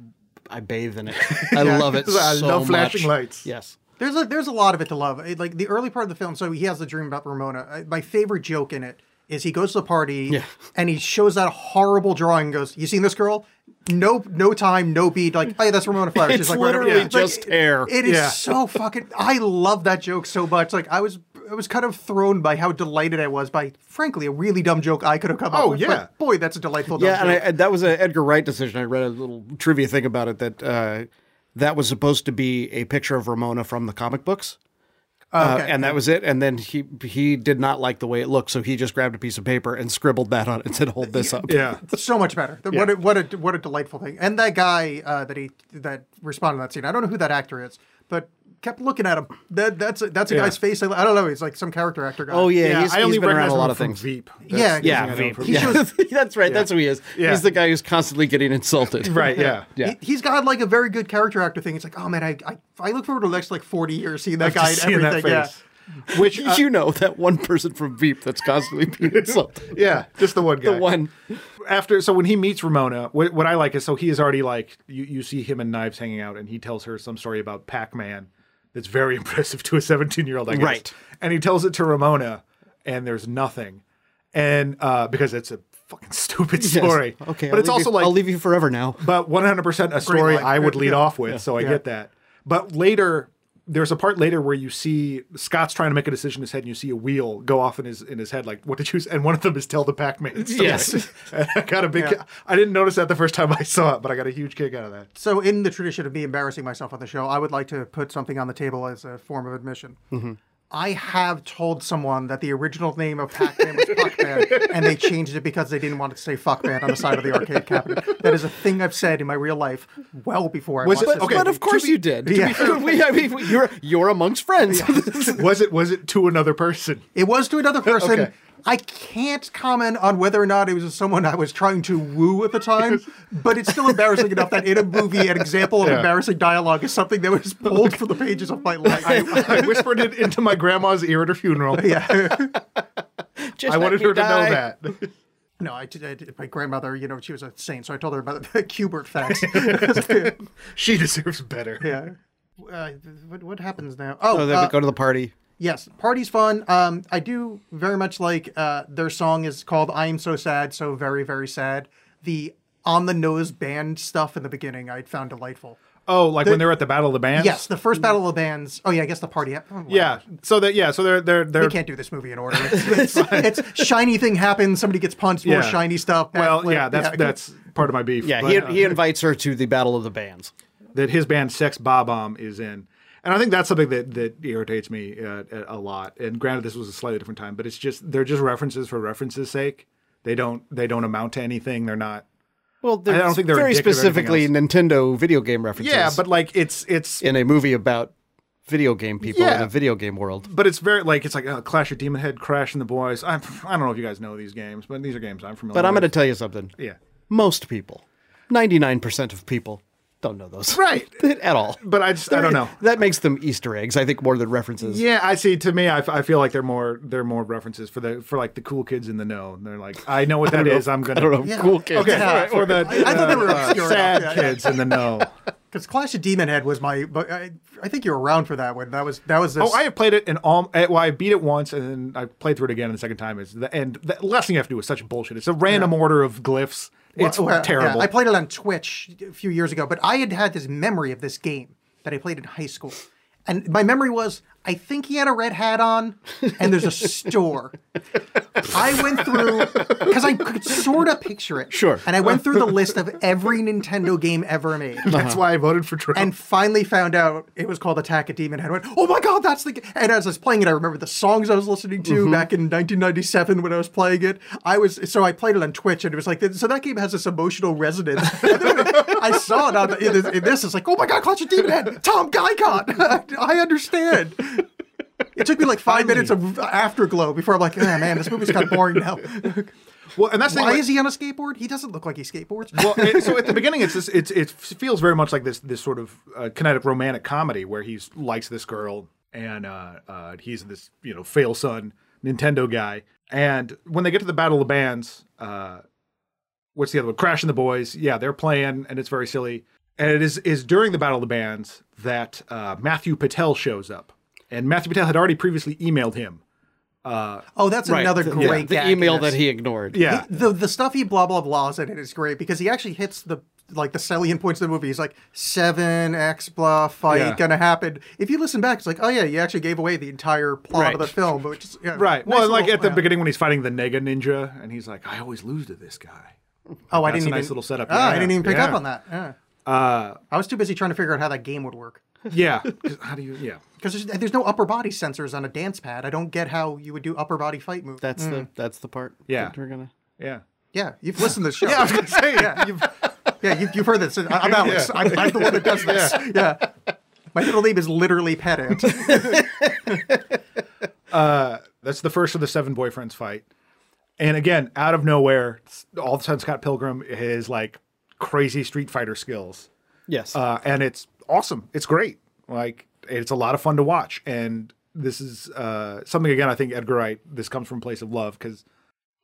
B: I bathe in it. I love it.
C: 'cause I
B: so
C: love flashing
B: much.
C: lights.
B: Yes.
A: There's a there's a lot of it to love. It- like the early part of the film, so he has the dream about Ramona. Uh, my favorite joke in it is he goes to the party
B: Yeah.
A: and he shows that horrible drawing and goes, "You seen this girl? No, no time, no beat. Like, hey, that's Ramona Flowers.
B: It's
A: She's like, whatever."
B: literally
A: Like,
B: just hair.
A: It is
C: Yeah.
A: so fucking. I love that joke so much. Like, I was I was kind of thrown by how delighted I was by, frankly, a really dumb joke I could have come
C: Oh,
A: up with.
C: yeah.
A: but boy, that's a delightful. Dumb
B: Yeah, and, I,
A: joke.
B: and that was an Edgar Wright decision. I read a little trivia thing about it that uh, that was supposed to be a picture of Ramona from the comic books,
C: Oh,
B: uh,
A: okay.
B: and that was it. And then he he did not like the way it looked, so he just grabbed a piece of paper and scribbled that on it and said, "Hold this up."
C: yeah,
A: so much better. The- What a, what a what a delightful thing. And that guy uh, that he that responded to that scene. I don't know who that actor is, but kept looking at him. That that's a, that's a
C: Yeah.
A: guy's face. I, I don't know. He's like some character actor guy.
B: Oh yeah,
C: yeah.
B: he's,
C: I only
B: he's been around
C: recognize
B: a lot
C: him
B: of
C: from
B: things.
C: Veep.
A: Yeah,
C: the
B: Yeah,
C: thing I know him
B: Veep.
C: from.
A: He
B: Yeah.
A: shows-
B: that's right. That's who he is.
C: Yeah.
B: He's the guy who's constantly getting insulted.
C: right. Yeah,
B: Yeah.
A: He, has got like a very good character actor thing. It's like, oh man, I I, I look forward to the next like forty years seeing that guy and
C: Seeing
A: everything.
C: that
A: Yeah.
C: face. Which uh,
B: you know that one person from Veep that's constantly being insulted.
C: yeah, just the one guy.
B: The one.
C: after so when he meets Ramona, what, what I like is so he is already like you, you see him and Knives hanging out, and he tells her some story about Pac Man that's very impressive to a 17 year old, I guess.
B: Right.
C: And he tells it to Ramona, and there's nothing, and uh, because it's a fucking stupid story.
B: Yes. Okay,
C: but
B: I'll
C: it's
B: leave
C: also
B: you-
C: like
B: I'll leave you forever now.
C: but 100% a story
A: line.
C: I would lead
A: Yeah.
C: off with, so I
A: Yeah.
C: get that. But later, there's a part later where you see Scott's trying to make a decision in his head, and you see a wheel go off in his in his head, like "What did you?" s-" And one of them is "Tell the Pac-Man." Story.
B: Yes.
C: And I got a big.
A: Yeah.
C: I didn't notice that the first time I saw it, but I got a huge kick out of that.
A: So, in the tradition of me embarrassing myself on the show, I would like to put something on the table as a form of admission.
C: Mm-hmm.
A: I have told someone that the original name of Pac-Man was Puckman, and they changed it because they didn't want it to say Fuckman on the side of the arcade cabinet. That is a thing I've said in my real life, well before I
C: Was
A: watched
C: it-
A: this
C: okay,
B: but
A: movie.
B: of course you did. To be fair, we- I mean, we- you're you're amongst friends.
C: was it was it to another person?
A: It was to another person.
C: Okay.
A: I can't comment on whether or not it was someone I was trying to woo at the time, but it's still embarrassing enough that in a movie, an example of
C: Yeah.
A: embarrassing dialogue is something that was pulled from the pages of my life.
C: I, I whispered it into my grandma's ear at her funeral.
A: yeah.
B: Just
C: I
B: let
C: wanted
B: me
C: her to
B: die.
C: know that.
A: No, I did, I did- My grandmother, you know, she was a saint, so I told her about the Kubert facts.
C: She deserves better.
A: yeah. Uh, what, what happens now? Oh,
B: Oh, they
A: uh,
B: would go to the party.
A: yes. Party's fun. Um, I do very much like uh, their song is called I Am So Sad, So Very, Very Sad. The on the nose band stuff in the beginning I found delightful.
C: Oh, like when they're at the Battle of the Bands.
A: Yes, the first Battle of the Bands. Oh, yeah, I guess the party. hap- oh,
C: Yeah. So that yeah. So they're they're
A: We
C: they're
A: can't do this movie in order. It's, it's, shiny thing happens. Somebody gets punched. More
C: Yeah.
A: shiny stuff.
C: Well,
A: backflip,
C: yeah, that's that's part of my beef.
B: Yeah,
C: but,
B: he,
C: uh,
B: he invites her to the Battle of the Bands.
C: that his band Sex Bob Bomb is in. And I think that's something that, that irritates me uh, a lot. And granted, this was a slightly different time, but it's just they're just references for references' sake. They don't they don't amount to anything. They're not.
B: Well,
C: I don't think they're
B: very
C: addictive to anything
B: specifically Nintendo video game references.
C: Yeah, but like it's it's
B: in a movie about video game people in
C: Yeah.
B: a video game world.
C: but it's very like it's like uh, Clash of Demon Head, Crash and the Boys. I'm, I don't know if you guys know these games, but these are games I'm familiar.
B: But I'm going to
C: with.
B: tell you something.
C: yeah,
B: Most people, 99% of people, don't know those.
C: Right.
B: At all.
C: but I just I don't know.
B: That makes them Easter eggs, I think, more than references.
C: Yeah, I see. To me, I, f- I feel like they're more they're more references for the for like the cool kids in the know. And they're like, I know what that is. I'm gonna. I don't know.
A: Yeah.
B: Cool kids.
C: Okay,
A: Yeah.
C: for, for the
A: I- I thought they were
C: uh,
A: obscure
C: sad
A: enough, yeah, yeah.
C: kids in the know.
A: Because Clash of Demon Head was my, but I, I think you were around for that one. That was that was this.
C: Oh, I have played it in all. eh, Well, I beat it once, and then I played through it again. And the second time is the end. The last thing you have to do is such bullshit. It's a random order of glyphs. It's
A: Well, yeah,
C: terrible.
A: I played it on Twitch a few years ago, but I had had this memory of this game that I played in high school, and my memory was I think he had a red hat on, and there's a store. I went through because I could sort of picture it.
B: Sure.
A: And I went through the list of every Nintendo game ever made.
C: That's why I voted for Trump.
B: Oh.
A: and finally found out it was called Attack at Demon Head. I went, oh my god, that's the game. And as I was playing it, I remember the songs I was listening to
B: Mm-hmm.
A: back in 1997 when I was playing it. I was so I played it on Twitch, and it was like, so that game has this emotional resonance. I saw it on the, in, this, in this. It's like, oh my god, Clutch at Demon Head, Tom Guycott. I understand. It took me like five minutes of afterglow before I'm like, oh, man, this movie's kind of boring now.
C: well, and that's the thing,
A: Why
C: like-
A: is he on a skateboard? He doesn't look like he skateboards.
C: well, it, so at the beginning, it's this, it's it feels very much like this this sort of uh, kinetic romantic comedy where he likes this girl and uh, uh, he's this you know fail son Nintendo guy. And when they get to the Battle of the Bands, uh, what's the other one? Crash and the Boys. Yeah, they're playing, and it's very silly. And it is is during the Battle of the Bands that uh, Matthew Patel shows up, and Matthew Patel had already previously emailed him.
A: Oh, that's
B: Right.
A: another
B: The-
A: great
B: yeah, The
A: gag in
B: email
A: this.
B: that he ignored.
C: Yeah,
A: He- the the stuff he blah blah blahs in it is great because he actually hits the like the salient points of the movie. He's like seven X blah fight
C: Yeah.
A: gonna happen. If you listen back, it's like oh yeah, you actually gave away the entire plot
B: Right.
A: of the film. Which is, yeah,
C: right.
A: nice
C: well, like
A: little-
C: at the
A: yeah.
C: beginning when he's fighting the Nega Ninja, and he's like, "I always lose to this guy."
A: Oh, I didn't
C: That's a
A: even
C: nice little setup.
A: Ah, I
C: Yeah.
A: didn't even pick
C: Yeah. Uh,
A: up on that. Yeah. I was too busy trying to figure out how that game would work
C: Yeah. 'Cause How do you? Yeah.
A: because there's, there's no upper body sensors on a dance pad. I don't get how you would do upper body fight moves.
B: That's the that's the part.
C: Mm. Yeah.
B: that we're gonna.
C: Yeah.
A: yeah, you've listened to the show.
C: I was gonna say. Yeah. You've,
A: Yeah, you, you've heard this. I- I'm Alex. I'm, I'm the one that does this. Yeah. My middle name is literally Pettit.
C: that's the first of the seven boyfriends fight, and again, out of nowhere, s- all of a sudden Scott Pilgrim is like crazy Street Fighter skills,
B: Yes.
C: uh, and it's awesome. It's great. Like it's a lot of fun to watch, and this is uh, something again. I think Edgar Wright. This comes from a place of love because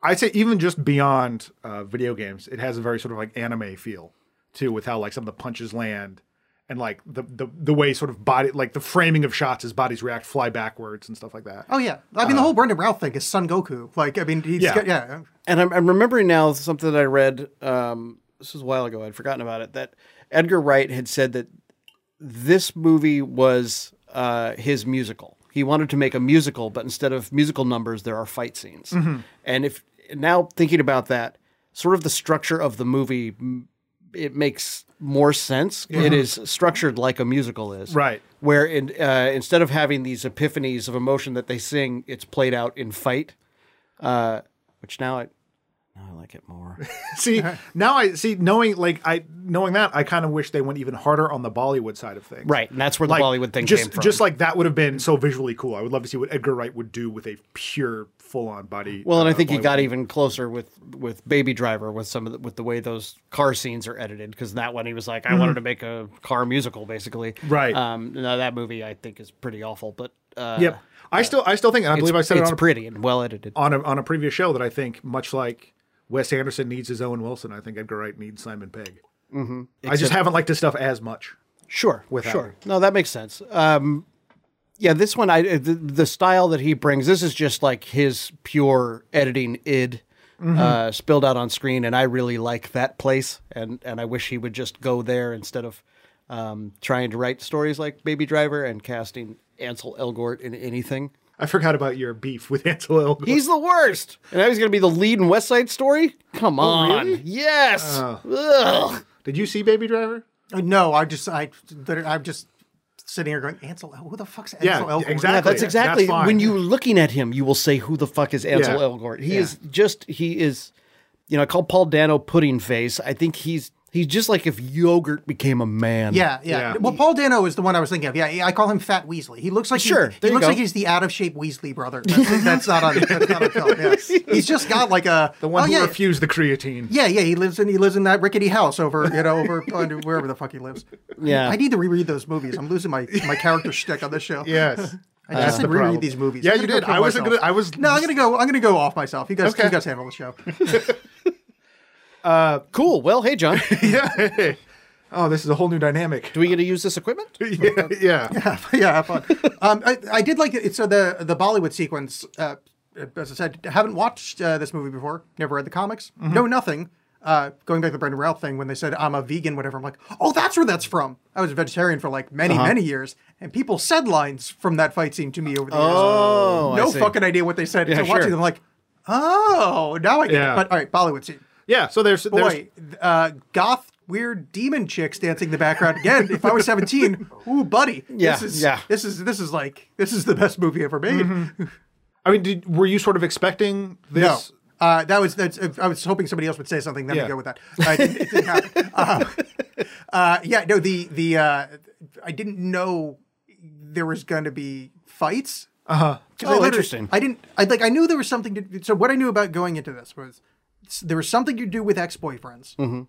C: I'd say even just beyond uh, video games, it has a very sort of like anime feel too, with how like some of the punches land and like the the, the way sort of body like the framing of shots as bodies react, fly backwards and stuff like that.
A: Oh yeah, I mean the whole Brendan Ralph thing is Son Goku. Like I mean, he's
C: Yeah.
A: got, yeah.
B: and I'm, I'm remembering now something that I read. Um, this was a while ago. I'd forgotten about it. That Edgar Wright had said that this movie was uh, his musical. He wanted to make a musical, but instead of musical numbers, there are fight scenes.
C: Mm-hmm.
B: And if now thinking about that, sort of the structure of the movie, m- it makes more sense. It is structured like a musical is,
C: Mm-hmm. Right.
B: Where in, uh, instead of having these epiphanies of emotion that they sing, it's played out in fight. Uh, which now I now I like it more.
C: see now I see knowing like I knowing that I kind of wish they went even harder on the Bollywood side of things.
B: right, and that's where the
C: Like,
B: Bollywood thing
C: just,
B: came from.
C: Just like that would have been so visually cool. I would love to see what Edgar Wright would do with a pure full on body.
B: well, and I
C: uh,
B: think he
C: Bollywood.
B: got even closer with with Baby Driver with some of the, with the way those car scenes are edited because that one he was like I wanted to make a car musical basically.
C: Mm-hmm. Right.
B: Um. Now that movie I think is pretty awful, but uh,
C: Yep. I still I still think and I believe I said it
B: it's
C: on a,
B: pretty and well edited.
C: on a on a previous show that I think much like Wes Anderson needs his Owen Wilson, I think Edgar Wright needs Simon Pegg.
B: Mm-hmm.
C: I just haven't liked his stuff as much.
B: Sure,
C: without
B: sure.
C: it.
B: No, that makes sense. Um, yeah, this one, I the, the style that he brings. This is just like his pure editing id uh, spilled out on screen, and I really like that place. And and I wish he would just go there instead of um, trying to write stories like Baby Driver and casting Ansel Elgort in anything.
C: I forgot about your beef with Ansel Elgort.
B: He's the worst, Oh, and now he's going to be the lead in West Side Story. Come on, yes. Ugh.
C: Did you see Baby Driver?
A: Uh, No, I just I there- I'm just sitting here going Ansel. Who the fuck's Ansel
C: Yeah,
A: Elgort?
C: exactly.
B: Yeah, that's
C: That's
B: exactly.
C: fine.
B: when you're looking at him, you will say, "Who the fuck is Ansel
C: Yeah.
B: Elgort?" He is just he is. You know, I call Paul Dano pudding face. I think he's he's just like if yogurt became a man.
A: Yeah, yeah,
C: Yeah.
A: Well, Paul Dano is the one I was thinking of. Yeah, I call him Fat Weasley. He looks like he-
B: Sure,
A: He,
B: there you
A: looks
B: go.
A: like he's the out of shape Weasley brother. That's, that's not on. That's not on film. Yeah. He's just got like a
C: The one
A: oh,
C: who
A: yeah,
C: refused the creatine.
A: Yeah, yeah. He lives in he lives in that rickety house over you know over under wherever the fuck he lives.
B: Yeah.
A: I need to reread those movies. I'm losing my my character shtick on this show.
C: Yes.
A: I just
C: the
A: did reread
C: problem.
A: these movies.
C: Yeah,
A: I'm
C: you
A: gonna go
C: did.
A: kill
C: I wasn't
A: myself.
C: gonna- I was-
A: No, I'm gonna go. I'm gonna go off myself. You guys,
C: Okay.
A: you guys handle the show.
B: Cool. Well, hey John, do
C: Yeah. oh, this is a whole new dynamic.
B: we get to use this equipment?
C: yeah, yeah.
A: yeah, have fun. Um, I, I did like it. So the the Bollywood sequence, uh, as I said, haven't watched uh, this movie before. Never read the comics.
B: Mm-hmm.
A: Know nothing. Uh, going back to the Brendan Routh thing when they said I'm a vegan, whatever. I'm like, oh, that's where that's from. I was a vegetarian for like many
B: Uh-huh.
A: many years, and people said lines from that fight scene to me over the
B: Oh, I
A: years. no
B: see.
A: fucking idea what they said.
B: Yeah,
A: so watching
B: sure.
A: them, like, oh, now I get
C: Yeah.
A: it. But all right, Bollywood scene.
C: Yeah. So there's, there's
A: Boy, uh, goth weird demon chicks dancing in the background again. If I was seventeen, ooh, buddy,
B: Yeah,
A: this is,
B: yeah. Mm-hmm.
A: this is this is like this is the best movie ever made.
C: I mean, did, were you sort of expecting
A: No,
C: this?
A: uh, that was that's. I was hoping somebody else would say something. Then we
C: Yeah.
A: go with that. Uh, it didn't- it didn't happen. Uh, uh, yeah, no, the the uh, I didn't know there was going to be fights. Uh huh.
B: Oh, interesting.
A: I didn't. I like. I knew there was something to. So what I knew about going into this was there was something to do with ex boyfriends.
B: Mm-hmm.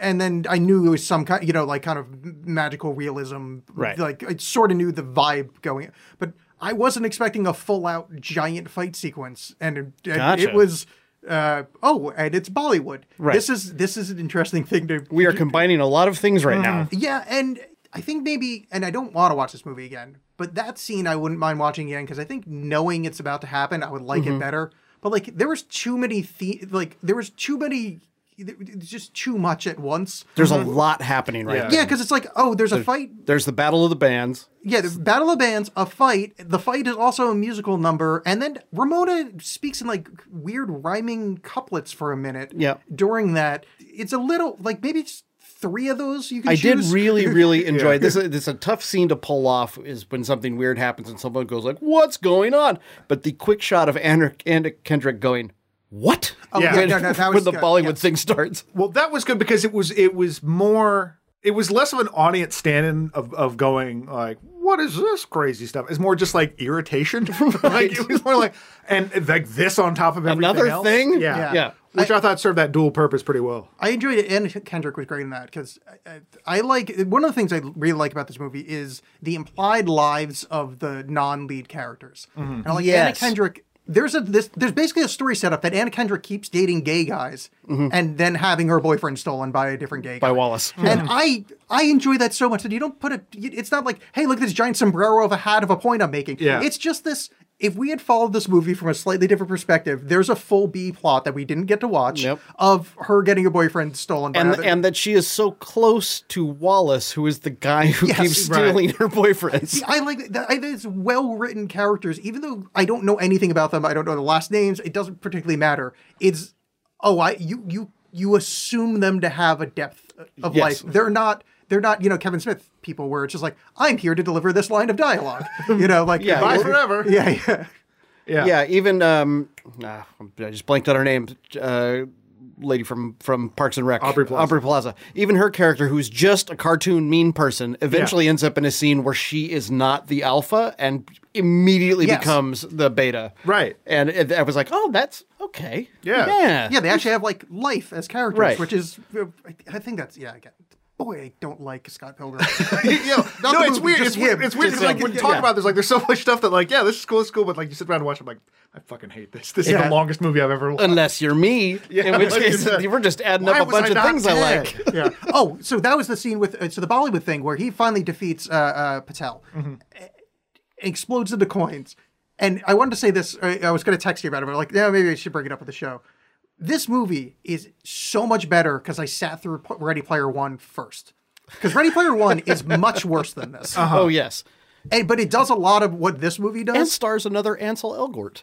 A: and then I knew it was some kind, you know, like kind of magical realism.
B: Right.
A: Like I sort of knew the vibe going, but I wasn't expecting a full out giant fight sequence, and it, and
B: Gotcha.
A: it was. Uh, oh, and it's Bollywood.
B: Right.
A: This is this is an interesting thing to.
B: We are combining a lot of things right now.
C: Mm-hmm.
A: Yeah, and I think maybe, and I don't want to watch this movie again, but that scene I wouldn't mind watching again because I think knowing it's about to happen, I would like
B: Mm-hmm.
A: it better. But like, there was too many the like there was too many, there- there's just too much at once.
B: There's a lot happening right
C: Mm-hmm. Yeah.
B: now.
A: Yeah, because it's like, oh, there's a fight.
B: There's the Battle of the Bands.
A: Yeah, the Battle of Bands, a fight. The fight is also a musical number, and then Ramona speaks in like weird rhyming couplets for a minute.
B: Yeah.
A: During that, it's a little like maybe it's three of those you can.
B: I
A: choose.
B: did really, really enjoy this. This is a tough scene to pull off. Is when something weird happens and someone goes like, "What's going on?" But the quick shot of Anna, Anna Kendrick going, "What?"
A: Oh, yeah,
B: when,
A: no, no, that
B: when
A: was
B: the
A: good,
B: Bollywood
A: yes.
B: thing starts.
C: Well, that was good because it was it was more it was less of an audience stand-in of, of going like what is this crazy stuff? It's more just like irritation. like it was more like and like this on top of everything
B: Another
C: else.
B: thing?
C: Yeah.
A: Yeah.
B: Yeah.
C: Which I, thought served that dual purpose pretty well.
A: I enjoyed it, and Kendrick was great in that because I, I, I like one of the things I really like about this movie is the implied lives of the non-lead characters. And I like Anna
B: Yes.
A: Kendrick. There's a this there's basically a story set up that Anna Kendrick keeps dating gay guys and then having her boyfriend stolen by a different gay guy.
B: By Wallace.
A: And I I enjoy that so much that you don't put a it's not like, hey, look at this giant sombrero of a hat of a point I'm making.
C: Yeah.
A: It's just this if we had followed this movie from a slightly different perspective, there's a full B plot that we didn't get to watch
B: Yep.
A: of her getting her boyfriend stolen by
B: And,
A: other-
B: and that she is so close to Wallace, who is the guy who
A: Yes,
B: keeps
C: right.
B: stealing her boyfriends.
A: I like that. I think it's well written characters, even though I don't know anything about them. I don't know the last names. It doesn't particularly matter. It's oh, I you you you assume them to have a depth uh, of
B: Yes.
A: life. They're not. They're not. You know, Kevin Smith people where it's just like I'm here to deliver this line of dialogue. You know, like
B: Yeah,
C: Bye
B: Or-
C: forever.
A: yeah, yeah.
C: Yeah.
B: Yeah, even um, ah, I just blanked out her name. Uh, lady from from Parks and Rec,
C: Aubrey Plaza.
B: Plaza. Even her character, who's just a cartoon mean person, eventually ends up in a scene where she is not the alpha and immediately
A: Yes.
B: becomes the beta.
C: Right.
B: And it, I was like, oh, that's okay.
C: Yeah.
B: Yeah.
A: Yeah, they actually have like life as characters,
B: Right.
A: which is I- I think that's yeah. Again, boy, I don't like Scott Pilgrim.
C: Yeah.
A: Not
C: no,
A: the movie,
C: it's weird.
A: just
C: It's weird.
A: him.
C: It's weird
A: Just
C: because like
A: him.
C: when you talk
A: Yeah.
C: about this, like there's so much stuff that like, yeah, this is cool, it's cool, but like you sit around and watch, it, I'm like, I fucking hate this. This is
B: Yeah.
C: the longest movie I've ever watched.
B: Unless you're me, in which
C: like you
B: case
C: said.
B: you we're just adding
C: Why
B: up a
C: was I
B: bunch of
C: not
B: things I
C: dead?
B: like.
C: Yeah.
A: oh, so that was the scene with uh, so the Bollywood thing where he finally defeats uh, uh, Patel, E- explodes into coins, and I wanted to say this. I, I was going to text you about it, but I'm like, yeah, maybe I should bring it up with the show. This movie is so much better because I sat through P- Ready Player One first. Because Ready Player One is much worse than this,
C: Uh-huh.
B: Oh yes,
A: and, but it does a lot of what this movie does.
B: and stars another Ansel Elgort.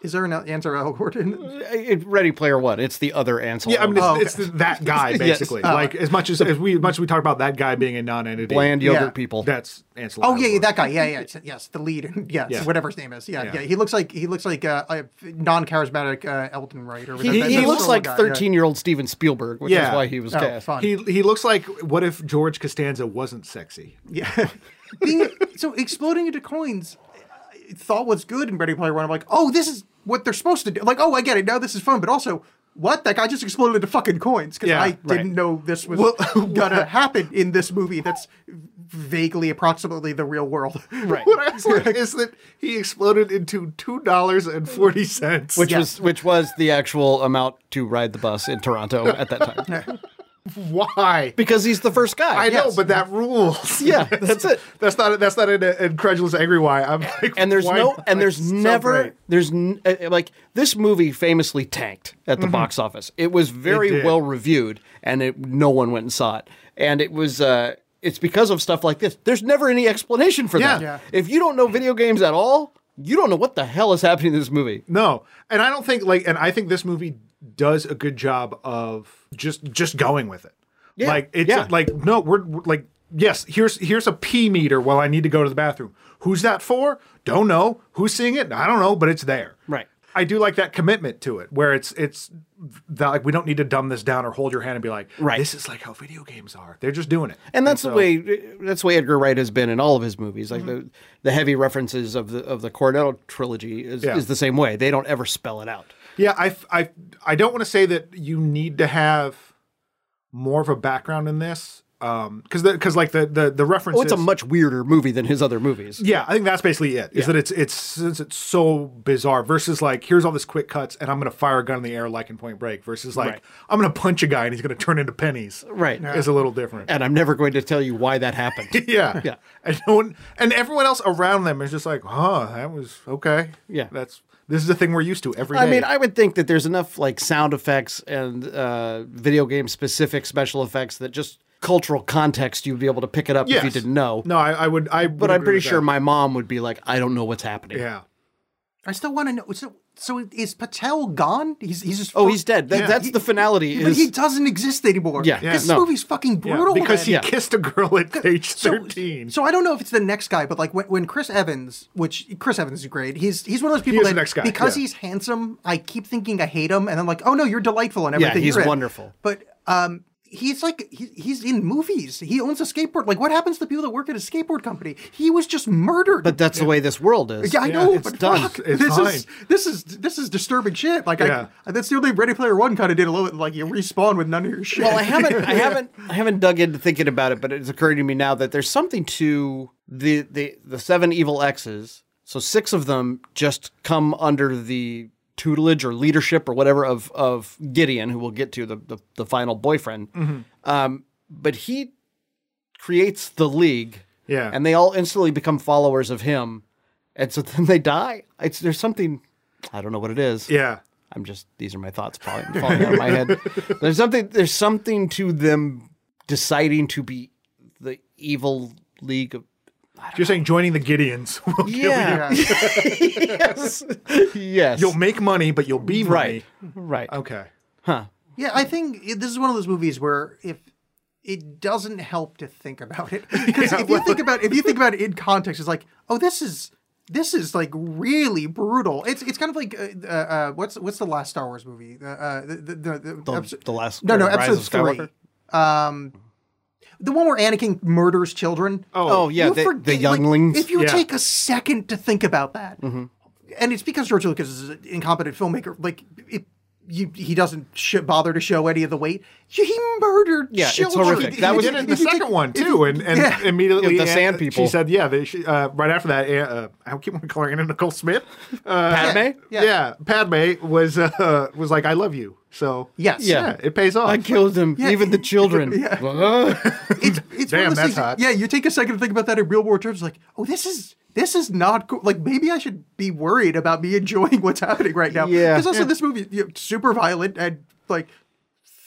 B: Uh,
A: Is there an answer Al Gordon?
B: It- Ready Player One. It's the other Ansel.
C: Yeah, I mean, it's,
A: Oh, okay.
C: it's that guy
B: Yes. Uh,
C: basically. Like as much as, as we as much as we talk about that guy being a non-entity,
B: bland yogurt
A: yeah.
B: people.
C: That's Ansel.
A: Oh yeah, yeah,
C: Elgort.
A: that guy. Yeah, yeah, it's- yes, the lead. Yes,
C: Yeah.
A: whatever his name is. Yeah, yeah,
C: Yeah.
A: He looks like he looks like uh, a non-charismatic uh, Elton Wright. Or
B: he,
A: whatever.
B: he
A: That- that
B: looks
A: little
B: like
A: guy, yeah.
B: thirteen-year-old Steven Spielberg, which
C: Yeah.
B: is why he was
A: Oh,
B: cast.
A: fun.
C: He he looks like what if George Costanza wasn't sexy?
A: Yeah. Being, so exploding into coins, I thought was good in Ready Player One. I'm like, oh, this is what they're supposed to do. Like, oh, I get it. Now this is fun, but also. What that guy just exploded into fucking coins because
C: Yeah,
A: I
C: right.
A: didn't know this was gonna happen in this movie that's vaguely approximately the real world. Right.
C: What I also like is that he exploded into two dollars and forty cents,
B: Which
A: Yeah.
B: was which was the actual amount to ride the bus in Toronto at that time.
C: why?
B: Because he's the first guy.
C: I know,
B: yes.
C: but that rules.
B: Yeah, that's it.
C: That's not that's not an incredulous angry why. I'm like,
B: and there's
C: why
B: no
C: not?
B: and
C: It's
B: there's
C: so
B: never
C: great.
B: there's n- uh, like this movie famously tanked at the box office it was
C: Mm-hmm. It
B: very
C: did.
B: well reviewed and it, no one went and saw it and it was uh it's because of stuff like this there's never any explanation for that
A: Yeah.
B: if you don't know video games at all you don't know what the hell is happening in this movie
C: No, and I don't think like, and I think this movie does a good job of just just going with it.
B: Yeah,
C: Like it's
B: yeah.
C: like no, we're, we're, like yes, here's here's a pee meter while I need to go to the bathroom. Who's that for? Don't know. Who's seeing it? I don't know, but it's there.
B: Right.
C: I do like that commitment to it, where it's it's that like we don't need to dumb this down or hold your hand and be like,
B: Right.
C: this is like how video games are. They're just doing it.
B: and that's
C: so-
B: the way that's the way Edgar Wright has been in all of his movies. Like the the heavy references of the of the Cornetto trilogy is,
C: Yeah.
B: is the same way. They don't ever spell it out.
C: Yeah, I, f- I, I don't want to say that you need to have more of a background in this, um, because because like the the the references.
B: Oh, it's a much weirder movie than his other movies.
C: yeah, I think that's basically it. Is that it's it's since it's so bizarre versus like here's all this quick cuts and I'm gonna fire a gun in the air like in Point Break versus like
B: Right.
C: I'm gonna punch a guy and he's gonna turn into pennies.
B: Right.
C: is a little different.
B: and I'm never going to tell you why that happened.
C: yeah,
B: Yeah.
C: And no one and everyone else around them is just like, huh, that was okay.
B: Yeah.
C: that's this is the thing we're used to every day.
B: I mean, I would think that there's enough like sound effects and uh, video game specific special effects that just cultural context you'd be able to pick it up if you
C: Yes.
B: didn't know.
C: no, I, I would. I
B: But I'm pretty sure my mom would be like, I don't know what's happening.
C: yeah.
A: I still want to know. So, so is Patel gone? He's he's just
B: Oh, he's dead. That,
C: Yeah.
B: That's
A: He-
B: the finality.
A: But
B: Is
A: he doesn't exist anymore.
B: Yeah.
A: this
B: Yeah. No.
A: movie's fucking
C: Yeah,
A: brutal.
C: because
A: man.
C: he
B: Yeah.
C: kissed a girl at age
A: So,
C: 13.
A: so I don't know if it's the next guy, but like when, when Chris Evans, which Chris Evans is great, he's he's one of those people
C: is
A: that
C: the next guy,
A: because
C: yeah.
A: he's handsome, I keep thinking I hate him, and I'm like, oh no, you're delightful and
B: Yeah,
A: everything.
B: he's
A: you're in.
B: wonderful.
A: But um, he's like he, he's in movies. He owns a skateboard. Like, what happens to people that work at a skateboard company? He was just murdered.
B: but that's the way this world is.
A: yeah, I
C: yeah,
A: know,
C: it's
A: but
C: done.
A: fuck,
C: It's
A: this is
C: fine.
A: this is this is disturbing shit. Like,
C: Yeah.
A: I, that's the only Ready Player One kind of did a little bit, like you respawn with none of your shit.
B: Well, I haven't, I haven't, I haven't dug into thinking about it, but it's occurring to me now that there's something to the the the seven evil X's. So six of them just come under the tutelage or leadership or whatever of of Gideon, who we'll get to the the, the final boyfriend.
C: Mm-hmm.
B: Um, but he creates the league,
C: Yeah.
B: and they all instantly become followers of him, and so then they die. It's there's something. I don't know what it is.
C: yeah.
B: I'm just these are my thoughts falling, falling out of my head. There's something there's something to them deciding to be the evil league of
C: You're saying joining the Gideons. will kill you.
B: Yeah. yes. Yes.
C: You'll make money, but you'll be
B: right.
C: money.
B: Right.
C: Okay.
A: Yeah, I think it, this is one of those movies where if it doesn't help to think about it because
C: Yeah,
A: if you
C: well-
A: think about if you think about it in context, it's like, oh, this is this is like really brutal. It's it's kind of like uh, uh, uh, what's what's the last Star Wars movie? Uh, uh, the, the, the,
B: The, the last
A: no no
B: Rise
A: episode
B: of
A: three,
B: Skywalker?
A: um, the one where Anakin murders children.
B: Oh, yeah,
A: You
B: the,
A: forget-
B: the
A: like,
B: younglings. Mm-hmm.
A: if you
C: Yeah.
A: take a second to think about that, and it's because George Lucas is an incompetent filmmaker. Like it, you, he doesn't sh- bother to show any of the weight. He murdered.
B: Yeah, it's
A: children.
B: horrific.
A: If-
B: That
A: if-
C: We
B: was-
A: if-
C: did it in the
A: if you
C: second
A: take-
C: one too, and and
A: yeah.
C: immediately
B: Yeah, the sand
C: Ann-
B: people.
C: She said, "Yeah." They, she, uh, right after that, Ann- uh, I keep on calling her Anna Nicole Smith. Uh,
B: Padme?
A: Yeah.
C: Yeah. Padme was uh, was like, "I love you." So
A: Yes.
B: Yeah.
C: yeah, it pays off.
B: I killed them,
A: Yeah,
B: even the children. Mm.
A: It's, it's
C: Damn,
A: one of those
C: that's
A: things-
C: hot.
A: Yeah, you take a second to think about that in real world terms. Like, oh, this is this is not cool. Like, maybe I should be worried about me enjoying what's happening right now.
B: Yeah.
A: Because also, this movie you know, super violent and like